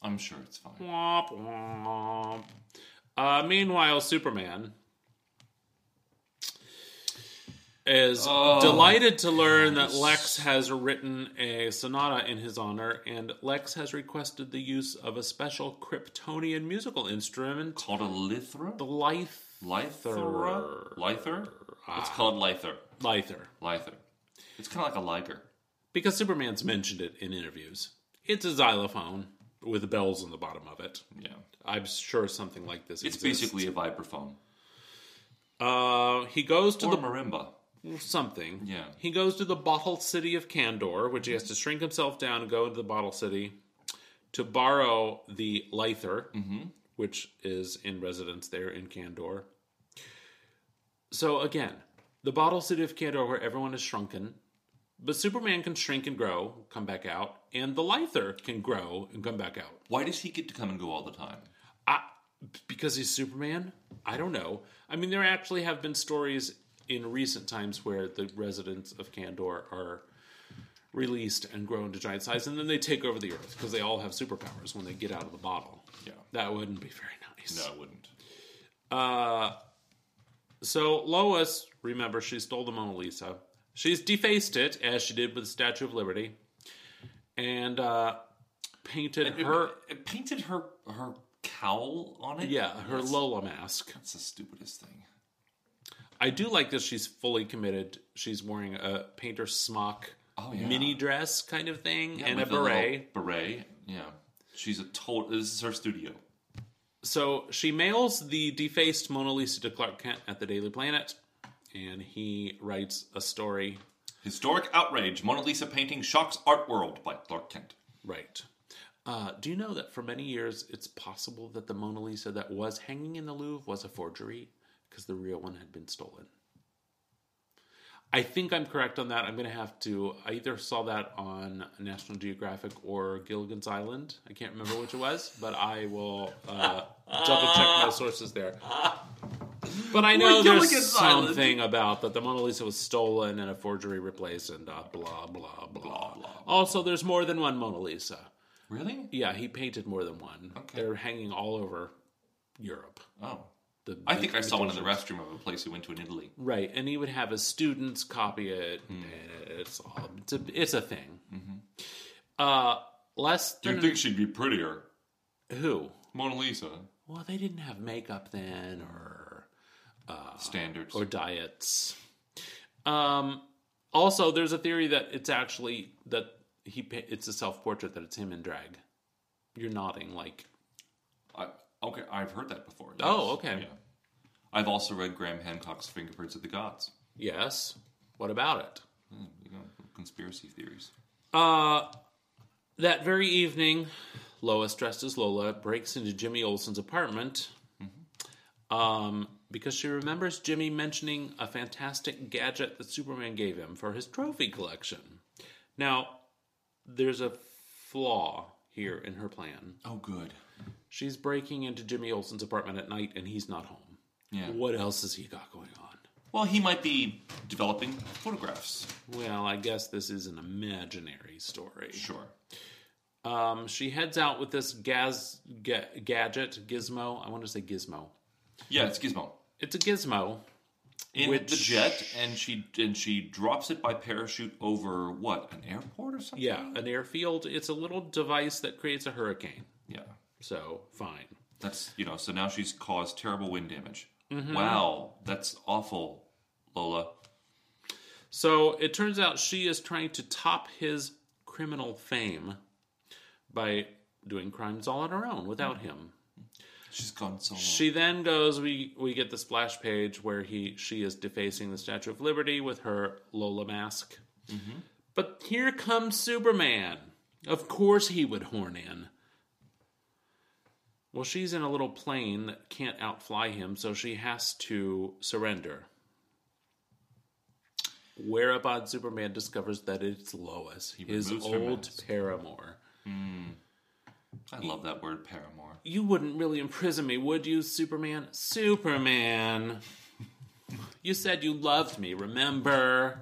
C: I'm sure it's fine.
A: Womp womp. Uh, meanwhile, Superman is
C: Oh.
A: delighted to learn that Lex has written a sonata in his honor, and Lex has requested the use of a special Kryptonian musical instrument,
C: Called a lithra?
A: the lithe,
C: Lythra? Lyther? It's called Lyther.
A: lither.
C: Lyther. It's kind of like a liger.
A: because Superman's mentioned it in interviews. It's a xylophone with bells on the bottom of it.
C: Yeah.
A: I'm sure something like this.
C: It's
A: exists.
C: basically a vibraphone.
A: uh, he goes to
C: Or
A: the
C: marimba.
A: something.
C: Yeah.
A: he goes to the bottle city of Candor, which he has to shrink himself down and go into the bottle city to borrow the Lyther, which is in residence there in Candor. So again, the bottle city of Candor, where everyone is shrunken. But Superman can shrink and grow, come back out, and the Lyther can grow and come back out.
C: Why does he get to come and go all the time?
A: I, because he's Superman? I don't know. I mean, there actually have been stories in recent times where the residents of Kandor are released and grow into giant size, and then they take over the Earth because they all have superpowers when they get out of the bottle.
C: Yeah.
A: That wouldn't be very nice.
C: No, I wouldn't.
A: So Lois, remember, she stole the Mona Lisa. She's defaced it, as she did with the Statue of Liberty, and uh, painted her.
C: Her it painted her her cowl on it.
A: yeah, her
C: That's-
A: Lola mask.
C: That's the stupidest thing.
A: I do like that she's fully committed. She's wearing a painter smock
C: Oh, yeah.
A: mini dress kind of thing
C: Yeah,
A: and a
C: with the little
A: beret.
C: Beret. Yeah. She's a total. This is her studio.
A: So she mails the defaced Mona Lisa to Clark Kent at the Daily Planet, and he writes a story.
C: Historic outrage. Mona Lisa painting shocks art world by Clark Kent.
A: Right. Uh, do you know that for many years it's possible that the Mona Lisa that was hanging in the Louvre was a forgery because the real one had been stolen? I think I'm correct on that. I'm going to have to. I either saw that on National Geographic or Gilligan's Island. I can't remember which it was, but I will uh, double check my sources there. But I know there's
C: Gilligan's Island.
A: something about that the Mona Lisa was stolen and a forgery replaced, and uh, blah, blah, blah, blah. Also, there's more than one Mona Lisa.
C: Really?
A: Yeah, he painted more than one.
C: Okay.
A: They're hanging all over Europe.
C: Oh.
A: the.
C: I think I saw one in the
A: magicians.
C: restroom of a place we went to in Italy.
A: Right, and he would have his students copy it.
C: Hmm.
A: And it's all it's a, it's a thing. Uh, less
C: Mm-hmm. Do you
A: than
C: think she'd be prettier?
A: who?
C: Mona Lisa.
A: Well, they didn't have makeup then, or
C: Standards.
A: or diets. Um, also, there's a theory that it's actually that he pa- it's a self portrait that it's him in drag. You're nodding like
C: I, okay, I've heard that before.
A: Oh,
C: yes.
A: okay.
C: Yeah. I've also read Graham Hancock's Fingerprints of the Gods.
A: yes. What about it?
C: You know, conspiracy theories.
A: Uh, that very evening, Lois, dressed as Lola, breaks into Jimmy Olsen's apartment um, because she remembers Jimmy mentioning a fantastic gadget that Superman gave him for his trophy collection. Now, there's a flaw here in her plan.
C: Oh, good.
A: She's breaking into Jimmy Olsen's apartment at night and he's not home.
C: Yeah.
A: What else has he got going on?
C: Well, he might be developing photographs.
A: Well, I guess this is an imaginary story.
C: Sure.
A: Um, she heads out with this gaz, ga- gadget gizmo. I want to say gizmo.
C: Yeah, it's Gizmo.
A: It's a gizmo.
C: In
A: Which-
C: the jet, and she and she drops it by parachute over what an airport or something.
A: Yeah, an airfield. It's a little device that creates a hurricane.
C: yeah.
A: So fine.
C: That's you know. So now she's caused terrible wind damage.
A: Mm-hmm.
C: Wow, that's awful, Lola.
A: So it turns out she is trying to top his criminal fame by doing crimes all on her own without him.
C: She's gone so long.
A: She then goes. We we get the splash page where he she is defacing the Statue of Liberty with her Lola mask.
C: Mm-hmm.
A: But here comes Superman. Of course, he would horn in. Well, she's in a little plane that can't outfly him, so she has to surrender. Whereupon Superman discovers that it's Lois, his
C: removes her
A: old
C: mask.
A: paramour.
C: I love that word paramour.
A: You wouldn't really imprison me, would you, Superman? Superman. you said you loved me, remember?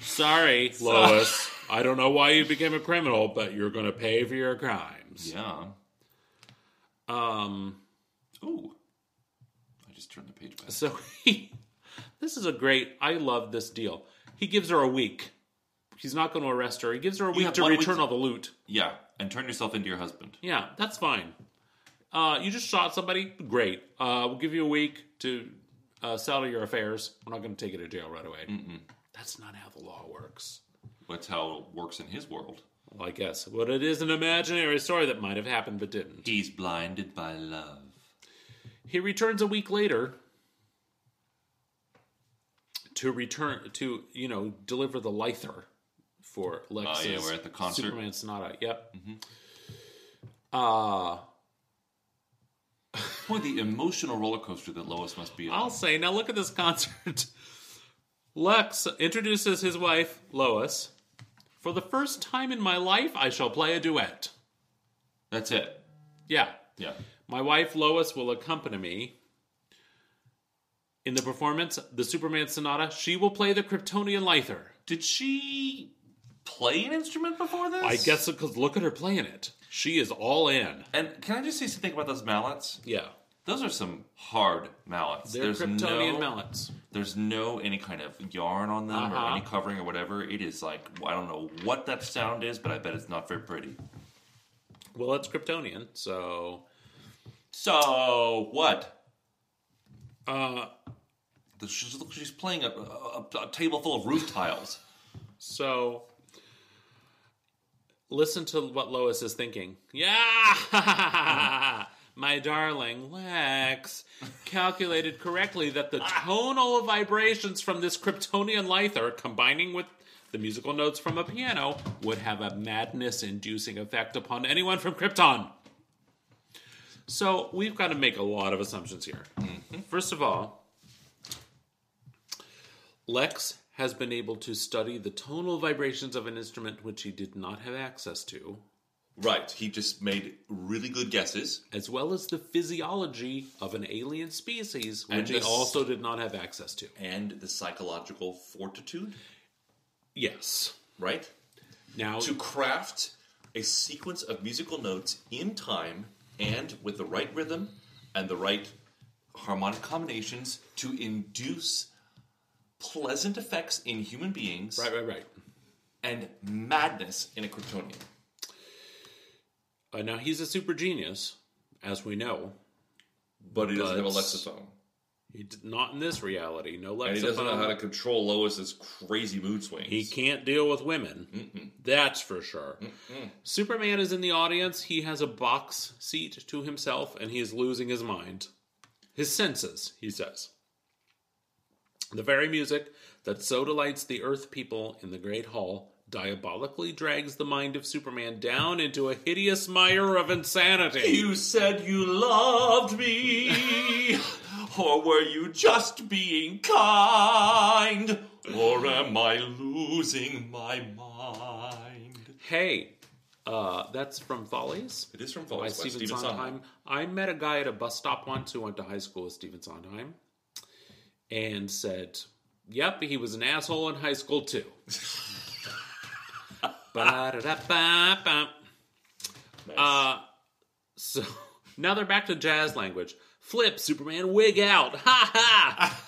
A: Sorry,
F: Lois, I don't know why you became a criminal, but you're going to pay for your crimes.
C: Yeah.
A: Um,
C: Ooh. I just turned the page back.
A: so he, this is a great, I love this deal. He gives her a week. He's not going to arrest her. He gives her a week
C: have
A: to
C: one week
A: return
C: to-
A: all the loot.
C: Yeah, and turn yourself into your husband.
A: Yeah, that's fine. Uh, you just shot somebody. Great. Uh, we'll give you a week to uh, settle your affairs. We're not going to take you to jail right away. That's not how the law works.
C: That's how it works in his world.
A: Well, I guess. But it is an imaginary story that might have happened but didn't.
C: He's blinded by love.
A: He returns a week later to return to you know deliver the lither for Lex's
C: Oh, yeah, we're at the concert. Mm-hmm.
A: Superman Sonata. Yep. Uh
C: Boy, the emotional roller coaster that Lois must be on.
A: I'll say. Now look at this concert. Lex introduces his wife, Lois. For the first time in my life, I shall play a duet.
C: That's it.
A: Yeah.
C: Yeah.
A: My wife, Lois, will accompany me. In the performance, the Superman Sonata, she will play the Kryptonian Lither.
C: Did she play an instrument before this?
A: I guess because look at her playing it. She is all in.
C: And can I just say something about those mallets?
A: Yeah.
C: Those are some hard mallets.
A: They're
C: there's
A: Kryptonian
C: no,
A: mallets.
C: There's no any kind of yarn on them or
A: Uh-huh.
C: any covering or whatever. It is like I don't know what that sound is, but I bet it's not very pretty.
A: Well, it's Kryptonian, so.
C: So what?
A: Uh,
C: The- She's, look, she's playing a, a, a- a table full of roof tiles.
A: So listen to what Lois is thinking. Yeah! My darling Lex calculated correctly that the tonal vibrations from this Kryptonian lither combining with the musical notes from a piano would have a madness inducing effect upon anyone from Krypton. So we've got to make a lot of assumptions here. First of all, Lex has been able to study the tonal vibrations of an instrument which he did not have access to,
C: Right. He just made really good guesses.
A: as well as the physiology of an alien species which
C: And
A: he
C: this-
A: also did not have access to.
C: and the psychological fortitude,
A: Yes.
C: right?
A: Now,
C: To craft a sequence of musical notes in time and with the right rhythm and the right harmonic combinations to induce pleasant effects in human beings
A: Right, right, right.
C: and madness in a Kryptonian.
A: Uh, now he's a super genius, as we know.
C: But he doesn't have a
A: But-
C: lexophone.
A: He did, not in this reality. No lexicon.
C: And he doesn't know how to control Lois's crazy mood swings.
A: He can't deal with women. That's for sure. Superman is in the audience. He has a box seat to himself and he is losing his mind. His senses, he says. The very music that so delights the Earth people in the Great Hall diabolically drags the mind of Superman down into a hideous mire of insanity.
C: You said you loved me, or were you just being kind, or am I losing my mind?
A: Hey, uh, that's from Follies.
C: It is from
A: by
C: Follies by
A: Stephen,
C: Stephen
A: Sondheim.
C: Sondheim.
A: I met a guy at a bus stop once who went to high school with Stephen Sondheim and said, Yep, he was an asshole in high school too. Ba-da-da-ba-ba. uh, so now they're back to jazz language. Flip, Superman, wig out. Ha ha!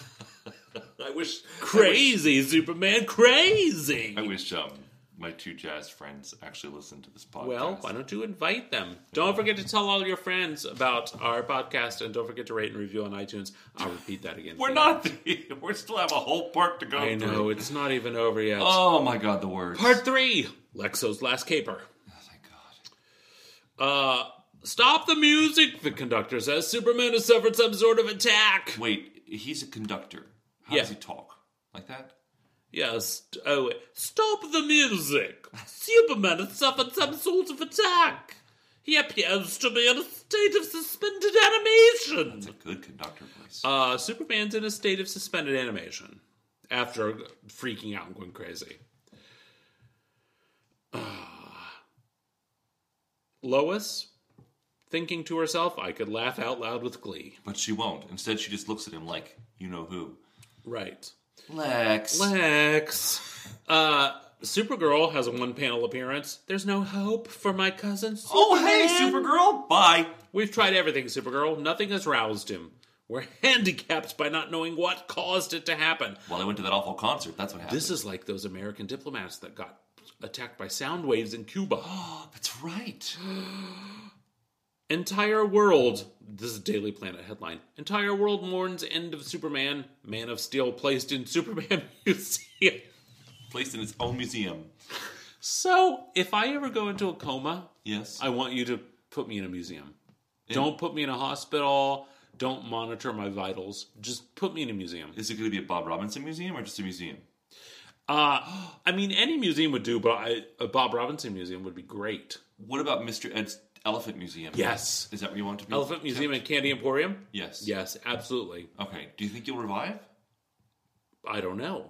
C: I wish
A: Crazy, Superman, crazy!
C: I wish um, my two jazz friends actually listened to this podcast.
A: Well, why don't you invite them? Don't forget to tell all your friends about our podcast and don't forget to rate and review on iTunes. I'll repeat that again.
C: we're
A: for
C: not. we still have a whole part to go
A: you. I
C: through.
A: know, it's not even over yet.
C: Oh my god, the words.
A: Uh, Part three Lexo's Last Caper.
C: Oh my god.
A: Uh, stop the music, the conductor says. Superman has suffered some sort of attack.
C: Wait, he's a conductor. How does
A: Yeah.
C: he talk like that?
A: Yes. Oh, wait. stop the music. Superman has suffered some sort of attack. He appears to be in a state of suspended animation.
C: It's a good conductor voice.
A: Uh, Superman's in a state of suspended animation after freaking out and going crazy. Ah. Lois, thinking to herself, I could laugh out loud with glee.
C: but she won't. Instead, she just looks at him like you know who.
A: Right.
C: Lex.
A: Lex. Uh, Supergirl has a one panel appearance. There's no hope for my cousin.
C: Oh, hey,
A: Superman.
C: Supergirl. Bye.
A: We've tried everything, Supergirl. Nothing has roused him. We're handicapped by not knowing what caused it to happen.
C: Well, I went to that awful concert. That's what happened.
A: This is like those American diplomats that got attacked by sound waves in Cuba.
C: That's right.
A: Entire world, this is Daily Planet headline. Entire world mourns end of Superman, Man of Steel placed in Superman Museum.
C: Placed in its own museum.
A: So, if I ever go into a coma,
C: Yes.
A: I want you to put me in a museum. Don't put me in a hospital. Don't monitor my vitals. Just put me in a museum.
C: is it going to be a Bob Robinson museum or just a museum?
A: Uh, I mean, any museum would do, but I, a Bob Robinson museum would be great.
C: What about Mr. Ed's Elephant Museum?
A: Yes.
C: Is that where you want to be?
A: Elephant Museum and Candy Emporium?
C: Yes.
A: Yes, absolutely.
C: Okay. Do you think you'll revive?
A: I don't know.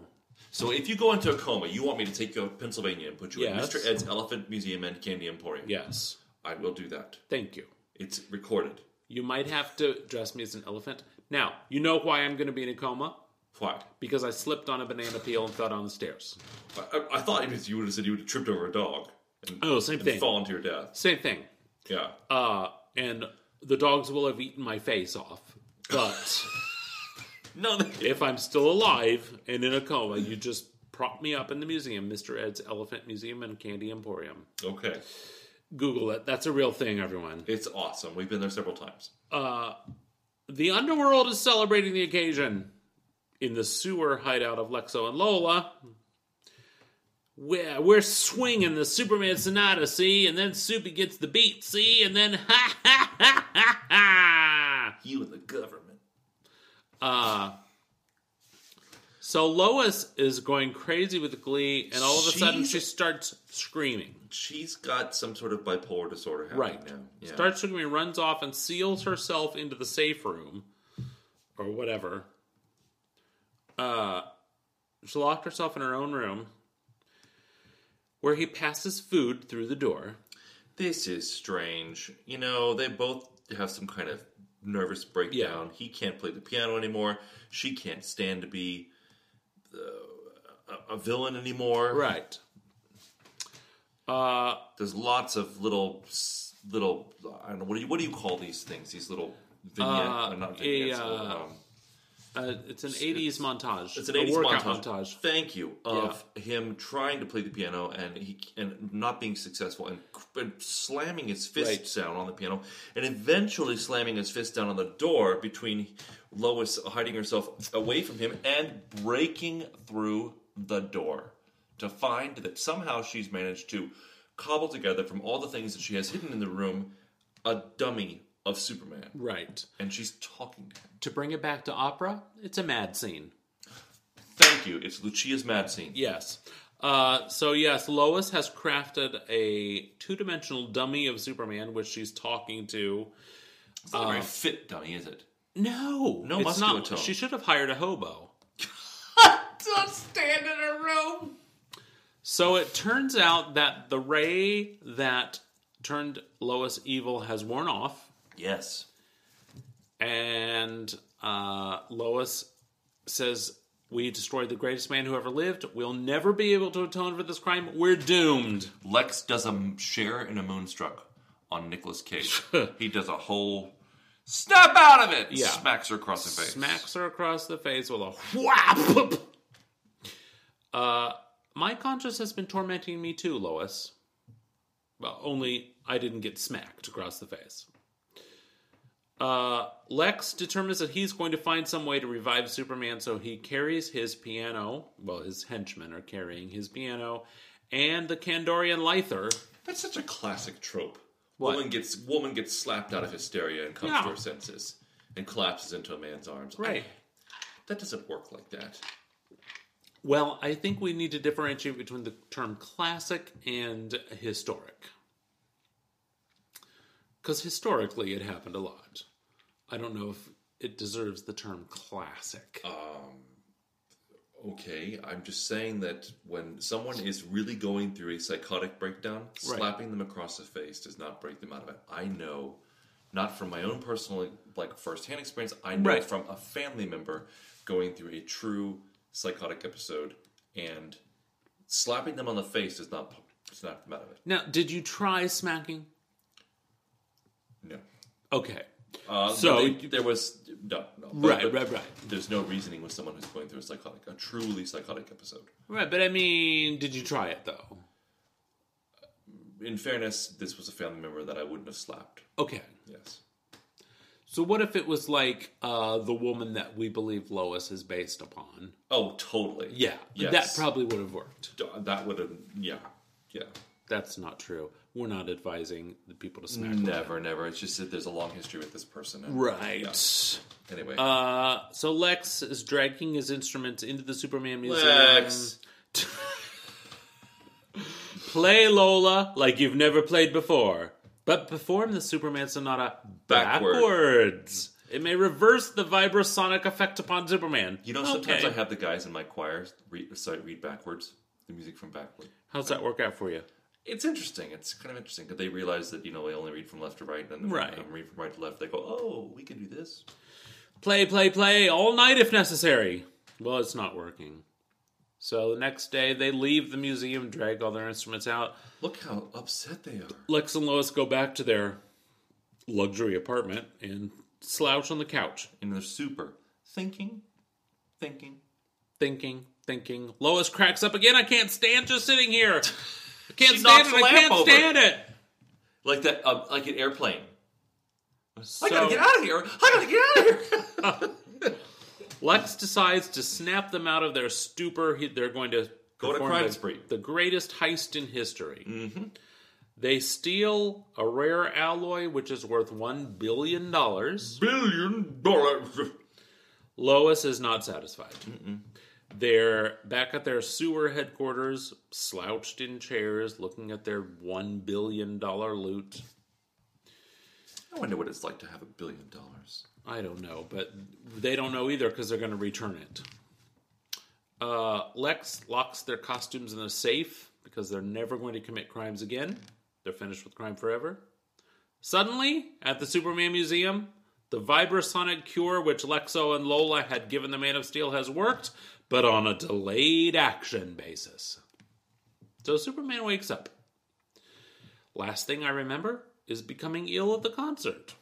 C: So if you go into a coma, you want me to take you to Pennsylvania and put you
A: Yes.
C: in Mr. Ed's Elephant Museum and Candy Emporium?
A: Yes.
C: I will do that.
A: Thank you.
C: It's recorded.
A: You might have to dress me as an elephant. Now, you know why I'm going to be in a coma?
C: Why?
A: Because I slipped on a banana peel and fell down the stairs.
C: I, I- I thought it was you would have said you would have tripped over a dog and,
A: Oh, same
C: and
A: thing.
C: fallen to your death.
A: Same thing.
C: Yeah.
A: Uh, and the dogs will have eaten my face off. But
C: no, they-
A: if I'm still alive and in a coma, you just prop me up in the museum, Mr. Ed's Elephant Museum and Candy Emporium.
C: okay.
A: Google it. That's a real thing, everyone.
C: It's awesome. We've been there several times.
A: The underworld is celebrating the occasion in the sewer hideout of Lexo and Lola. We're, we're swinging the Superman Sonata, see? And then Soupy gets the beat, see? And then ha ha ha ha ha! Uh,
C: You and the government.
A: So Lois is going crazy with glee, and all of a sudden
C: She's-
A: she starts screaming.
C: She's got some sort of bipolar disorder happening
A: Right.
C: now. Yeah.
A: Starts screaming, runs off, and seals herself into the safe room or whatever. Uh, she locked herself in her own room where he passes food through the door.
C: This is strange. You know, they both have some kind of nervous breakdown. He can't play the piano anymore. She can't stand to be uh, a- a villain anymore.
A: Right. Uh,
C: There's lots of little s- little I don't know what do you what do you call these things? These little vignette,
A: Uh,
C: or not
A: a,
C: vignettes.
A: uh,
C: little, um,
A: Uh, it's an 80s montage.
C: it's an
A: A
C: 80s
A: workout
C: montage. Thank you of him trying to play the piano and he and not being successful and, and slamming his fist down on the piano and eventually slamming his fist down on the door between Lois hiding herself away from him and breaking through the door to find that somehow she's managed to cobble together from all the things that she has hidden in the room a dummy of Superman
A: Right.
C: and she's talking to him.
A: To bring it back to opera, it's a mad scene.
C: Thank you. It's Lucia's mad scene.
A: Yes. Uh, so yes, Lois has crafted a two-dimensional dummy of Superman, which she's talking to.
C: It's
A: Ah.
C: not a very fit dummy, is it?
A: No,
C: No
A: it's
C: muscular
A: not.
C: tone.
A: She should have hired a hobo.
C: Don't stand in a room.
A: So it turns out that the ray that turned Lois evil has worn off,
C: Yes.
A: and uh, Lois says, "We destroyed the greatest man who ever lived. We'll never be able to atone for this crime. We're doomed."
C: Lex does a m- share in a moonstruck on Nicolas Cage. he does a whole snap out of it.
A: Yeah.
C: Smacks her across the face.
A: smacks her across the face with a whap. Uh, my conscience has been tormenting me too, Lois. Well, only I didn't get smacked across the face. Uh, Lex determines that he's going to find some way to revive Superman, so he carries his piano. Well, his henchmen are carrying his piano and the Kandorian Lyther.
C: That's such a classic trope.
A: What?
C: Woman gets woman gets slapped out of hysteria and comes
A: Yeah.
C: to her senses and collapses into a man's arms. I- that doesn't work like that.
A: Well, I think we need to differentiate between the term classic and historic. Because historically, it happened a lot. I don't know if it deserves the term classic.
C: Okay, I'm just saying that when someone is really going through a psychotic breakdown, slapping them across the face does not break them out of it. I know, not from my own personal like firsthand experience. I know
A: Right.
C: from a family member going through a true psychotic episode, and slapping them on the face does not snap them out of it.
A: now, did you try smacking?
C: No.
A: Okay.
C: Uh,
A: So-
C: so there was no, no But-
A: Right,
C: but
A: right, right.
C: There's no reasoning with someone who's going through a psychotic, a truly psychotic episode.
A: Right, but I mean, did you try it though?
C: In fairness, this was a family member that I wouldn't have slapped.
A: Okay.
C: Yes.
A: So, what if it was like uh, the woman that we believe Lois is based upon?
C: Oh, totally.
A: Yeah.
C: Yes.
A: That probably would have worked.
C: D- that would have. Yeah. Yeah.
A: That's not true. We're not advising the people to smack. each other.
C: Never, never. It's just that there's a long history with this person. and-
A: Right.
C: Anyway.
A: Uh, so Lex is dragging his instruments into the Superman museum.
C: Lex.
A: Play Lola like you've never played before, but perform the Superman sonata
C: Backward.
A: backwards. It may reverse the vibrasonic effect upon Superman.
C: you know, sometimes
A: Okay.
C: I have the guys in my choir read, sorry, read backwards the music from backward.
A: How's that work out for you?
C: It's interesting. It's kind of interesting because they realize that you know they only read from left to right, and then
A: Right.
C: when i read from right to left. They go, "Oh, we can do this."
A: Play, play, play all night if necessary. Well, it's not working. So the next day they leave the museum, drag all their instruments out.
C: Look how upset they are.
A: Lex and Lois go back to their luxury apartment and slouch on the couch,
C: And they're super thinking, thinking.
A: thinking, thinking. Lois cracks up again. I can't stand just sitting here. I can't
C: She
A: stand
C: knocks
A: it.
C: the
A: I
C: lamp
A: can't
C: over.
A: stand it.
C: like that, uh, like an airplane.
A: So
C: I gotta get out of here. I gotta get out of here.
A: Lex decides to snap them out of their stupor. He, they're going to
C: Go to
A: perform
C: crime
A: the,
C: spree. Mm-hmm.
A: the greatest heist in history. They steal a rare alloy which is worth one billion dollars.
C: Billion dollars.
A: Lois is not satisfied. They're back at their sewer headquarters, slouched in chairs, looking at their one billion dollar loot.
C: I wonder what it's like to have a billion dollars.
A: I don't know, but they don't know either because they're going to return it. Uh, Lex locks their costumes in a safe because they're never going to commit crimes again. They're finished with crime forever. Suddenly, at the Superman Museum, the vibrasonic cure which Lexo and Lola had given the Man of Steel has worked, but on a delayed action basis. So Superman wakes up. Last thing I remember, is becoming ill at the concert.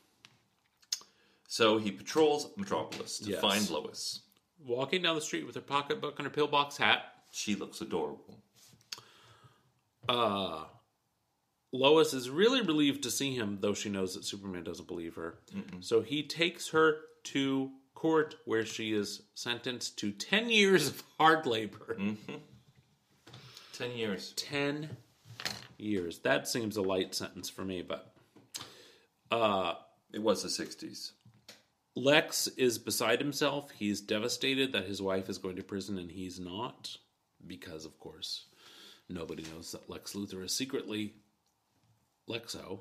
C: So he patrols Metropolis to
A: Yes.
C: find Lois.
A: Walking down the street with her pocketbook and her pillbox hat,
C: She looks adorable.
A: uh, Lois is really relieved to see him, though she knows that Superman doesn't believe her. So he takes her to court where she is sentenced to 10 years of hard labor.
C: Ten years.
A: 10 years. That seems a light sentence for me, but. Uh,
C: It was the sixties.
A: Lex is beside himself. He's devastated that his wife is going to prison and he's not. Because, of course, nobody knows that Lex Luthor is secretly Lexo.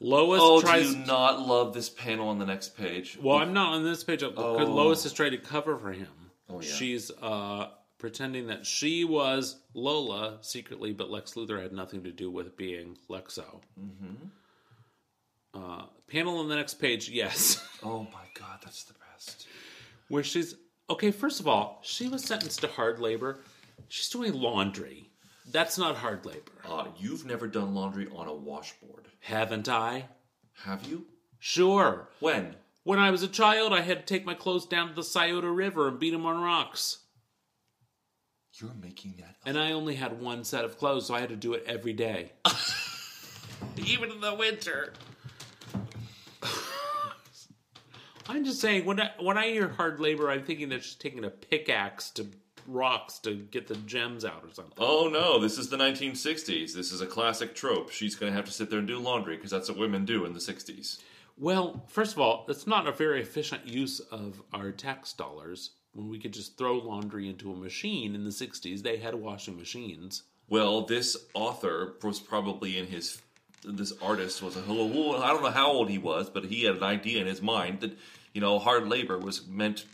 A: Lois
C: Oh,
A: tries.
C: do you not love this panel on the next page?
A: Well, I'm not on this page. Up, Lois has tried to cover for him. Oh,
C: Oh. yeah.
A: She's uh, pretending that she was Lola secretly, but Lex Luthor had nothing to do with being Lexo. Mm-hmm. Uh, panel on the next page, yes.
C: Oh my god, that's the best.
A: where she's okay. First of all, she was sentenced to hard labor. She's doing laundry. That's not hard labor,
C: Uh, you've never done laundry on a washboard,
A: haven't I?
C: have you?
A: Sure.
C: When?
A: When I was a child, I had to take my clothes down to the Scioto River and beat them on rocks.
C: You're making that up.
A: And I only had one set of clothes, so I had to do it every day.
C: even in the winter.
A: I'm just saying, when I, when I hear hard labor, I'm thinking that she's taking a pickaxe to rocks to get the gems out or something.
C: Oh no, this is the 1960s. This is a classic trope. She's going to have to sit there and do laundry because that's what women do in the 60s.
A: Well, first of all, that's not a very efficient use of our tax dollars when we could just throw laundry into a machine. In the 60s, they had washing machines.
C: Well, this author was probably in his. This artist was a hello. I don't know how old he was, but he had an idea in his mind that you know hard labor was meant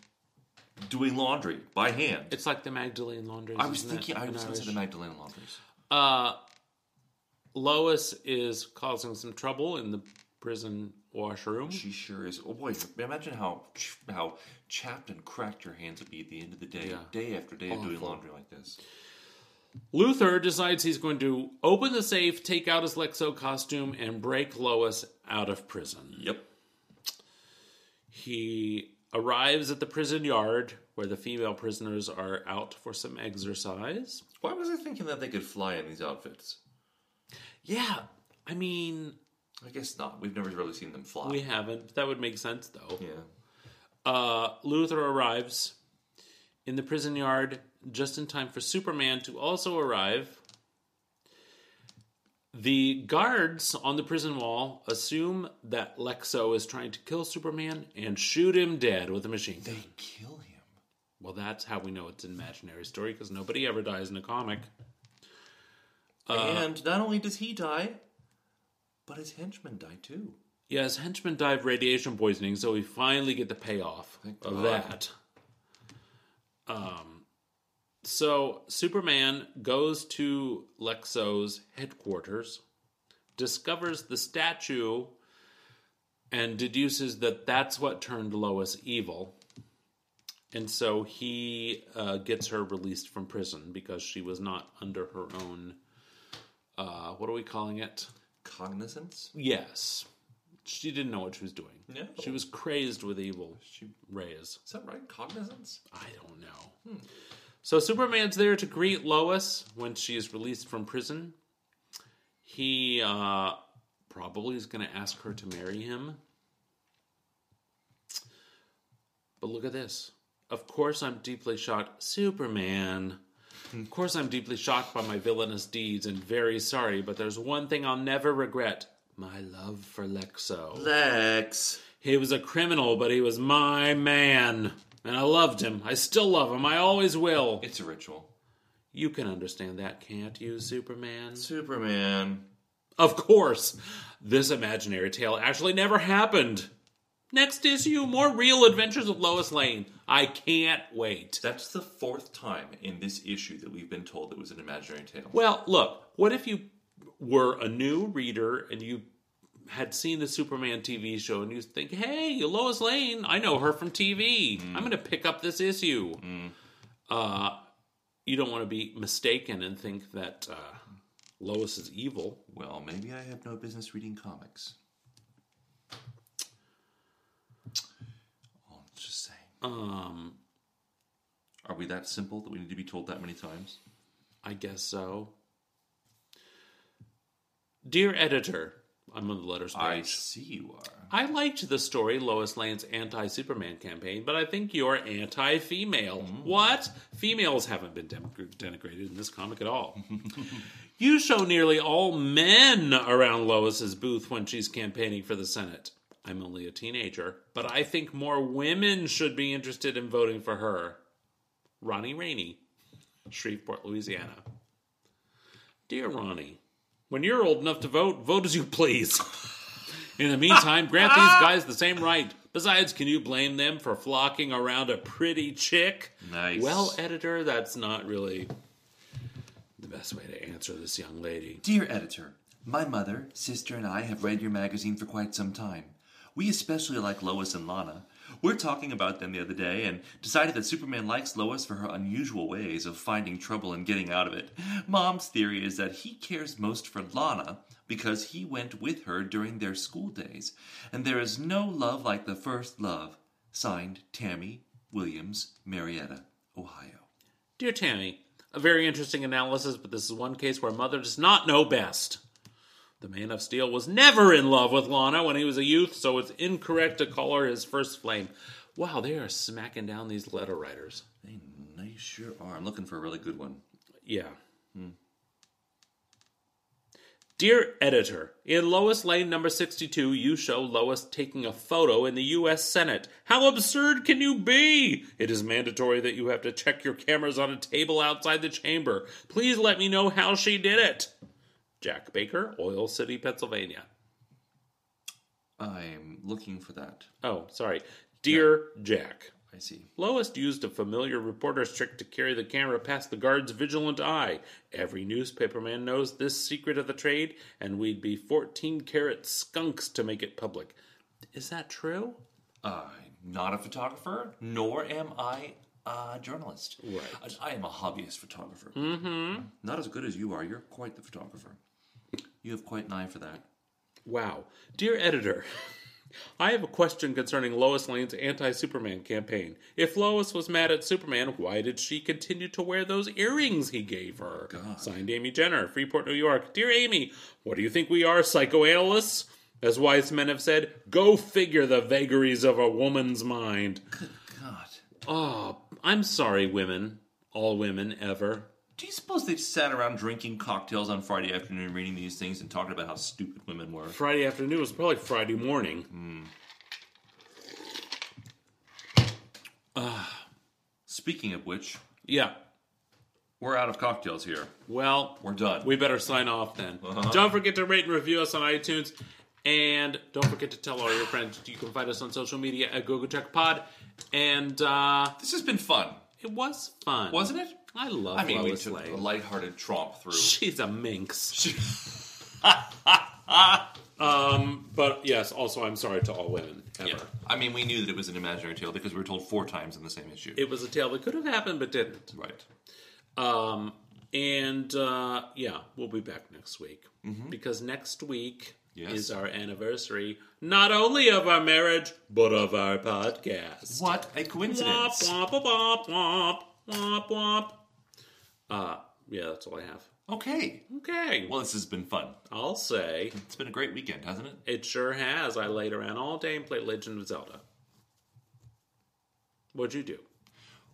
C: doing laundry by hand.
A: It's like the Magdalene laundries.
C: I was
A: isn't it,
C: thinking. I
A: in
C: was going to say the
A: Irish?
C: Magdalena laundries.
A: Uh, Lois is causing some trouble in the prison washroom.
C: She sure is. Oh boy! Imagine how how chapped and cracked your hands would be at the end of the day, day after day of doing laundry like this.
A: Luther decides he's going to open the safe, take out his Lexo costume, and break Lois out of prison.
C: Yep.
A: He arrives at the prison yard where the female prisoners are out for some exercise.
C: Why was I thinking that they could fly in these outfits?
A: Yeah, I mean,
C: I guess not. We've never really seen them fly.
A: we haven't. That would make sense though.
C: yeah.
A: Uh, Luther arrives in the prison yard just in time for Superman to also arrive. The guards on the prison wall assume that Lexo is trying to kill Superman and shoot him dead with a machine gun.
C: They kill him.
A: Well, that's how we know it's an imaginary story because nobody ever dies in a comic.
C: and not only does he die, but his henchmen die too.
A: Yeah, his henchmen die of radiation poisoning, so we finally get the payoff
C: Thank
A: of
C: God.
A: that. Um, so Superman goes to Lexo's headquarters, discovers the statue, and deduces that that's what turned Lois evil. And so he uh, gets her released from prison because she was not under her own. Uh, what are we calling it?
C: Cognizance?
A: Yes. She didn't know what she was doing.
C: No.
A: She was crazed with evil rays.
C: Is that right? Cognizance?
A: I don't know. So Superman's there to greet Lois when she is released from prison. He uh, probably is going to ask her to marry him. But look at this. Of course, I'm deeply shocked. Superman. Of course, I'm deeply shocked by my villainous deeds and very sorry, but there's one thing I'll never regret my love for Lexo.
C: Lex.
A: He was a criminal, but he was my man. And I loved him. I still love him. I always will.
C: It's a ritual.
A: You can understand that, can't you, Superman?
C: Superman.
A: Of course. This imaginary tale actually never happened. Next issue, more real adventures of Lois Lane. I can't wait.
C: That's the fourth time in this issue that we've been told it was an imaginary tale.
A: Well, look, what if you were a new reader and you had seen the Superman TV show and you think, hey, Lois Lane, I know her from TV. I'm going to pick up this issue. Uh, you don't want to be mistaken and think that uh,
G: Lois is evil.
C: Well, maybe I have no business reading comics. Oh, I'm just saying.
A: Um,
C: Are we that simple that we need to be told that many times?
A: I guess so. Dear editor, I'm on the letters
C: I
A: page.
C: see you are.
A: I liked the story Lois Lane's anti Superman campaign, but I think you're anti female. What? Females haven't been dem- denigrated in this comic at all. you show nearly all men around Lois's booth when she's campaigning for the Senate. I'm only a teenager, but I think more women should be interested in voting for her. Ronnie Rainey, Shreveport, Louisiana. Dear Ronnie, when you're old enough to vote, vote as you please. In the meantime, grant these guys the same right. Besides, can you blame them for flocking around a pretty chick?
C: Nice.
A: Well, editor, that's not really the best way to answer this young lady.
H: Dear editor, my mother, sister, and I have read your magazine for quite some time. We especially like Lois and Lana. We We're talking about them the other day and decided that Superman likes Lois for her unusual ways of finding trouble and getting out of it. Mom's theory is that he cares most for Lana because he went with her during their school days, and there is no love like the first love. Signed, Tammy Williams, Marietta, Ohio.
A: Dear Tammy, a very interesting analysis, but this is one case where Mother does not know best. The Man of Steel was never in love with Lana when he was a youth, so it's incorrect to call her his first flame. Wow, they are smacking down these letter writers.
C: They, they sure are. I'm looking for a really good one.
A: Yeah. Dear editor, in Lois Lane number 62, you show Lois taking a photo in the U.S. Senate. How absurd can you be? It is mandatory that you have to check your cameras on a table outside the chamber. Please let me know how she did it. Jack Baker, Oil City, Pennsylvania.
C: I'm looking for that.
A: Oh, sorry. Dear Jack.
C: I see.
A: Lois used a familiar reporter's trick to carry the camera past the guard's vigilant eye. Every newspaperman knows this secret of the trade, and we'd be 14 carat skunks to make it public. Is that true?
C: I'm Uh, not a photographer, nor am I a journalist. Right. I, I am a hobbyist photographer. Mm-hmm. Not as good as you are. You're quite the photographer. You have quite an eye for that.
A: Wow. Dear editor, I have a question concerning Lois Lane's anti Superman campaign. If Lois was mad at Superman, why did she continue to wear those earrings he gave her? Signed Amy Jenner, Freeport, New York. Dear Amy, what do you think we are, psychoanalysts? As wise men have said, go figure the vagaries of a woman's mind.
H: God.
A: Oh, I'm sorry, women. All women, ever.
C: Do you suppose they sat around drinking cocktails on Friday afternoon, reading these things, and talking about how stupid women were?
A: Friday afternoon was probably Friday morning.
C: Speaking of which,
A: Yeah.
C: we're out of cocktails here.
A: Well,
C: We're done.
A: We better sign off then.
C: Uh-huh.
A: Don't forget to rate and review us on iTunes. And don't forget to tell all your friends. You can find us on social media at Google Check Pod. And uh,
C: This has been fun,
A: it was fun.
C: wasn't it?
A: I love
C: I mean, we
A: Lois
C: took a
A: Lane.
C: lighthearted tromp through.
A: She's a minx. um, but yes, also, I'm sorry to all women ever.
C: Yeah. I mean, we knew that it was an imaginary tale because we were told four times in the same issue.
A: It was a tale that could have happened but didn't.
C: right.
A: Um, and uh, yeah, we'll be back next week because next week
C: Mm-hmm. Yes.
A: is our anniversary, not only of our marriage but of our podcast.
C: What a
A: Womp
C: coincidence.
A: womp womp womp womp womp. Uh, yeah, that's all I have.
C: Okay.
A: Okay,
C: Well, this has been fun.
A: I'll say
C: It's been a great weekend, hasn't it?
A: it sure has. I laid around all day and played Legend of Zelda. What'd you do?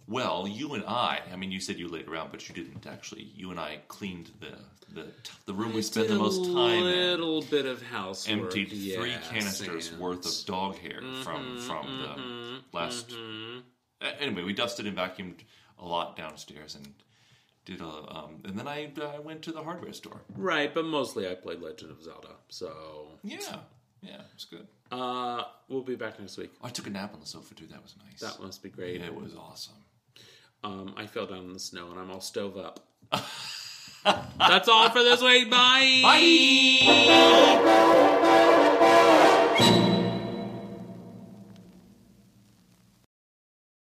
C: Well, you and I, I mean, you said you laid around, but you didn't actually. You and I cleaned the the, the room we spent the most time in.
A: A little bit of housework.
C: emptied three
A: yes,
C: canisters
A: and-
C: worth of dog hair
A: Mm-hmm,
C: from from the last. A- Anyway, we dusted and vacuumed a lot downstairs and did a um, and then I I went to the hardware store.
A: Right, but mostly I played Legend of Zelda. So
C: Yeah, yeah, it was good.
A: uh, we'll be back next week.
C: I took a nap on the sofa too. That was nice.
A: That must be great.
C: it was awesome.
A: Um, I fell down in the snow and I'm all stove up. That's all for this week. Bye. Bye.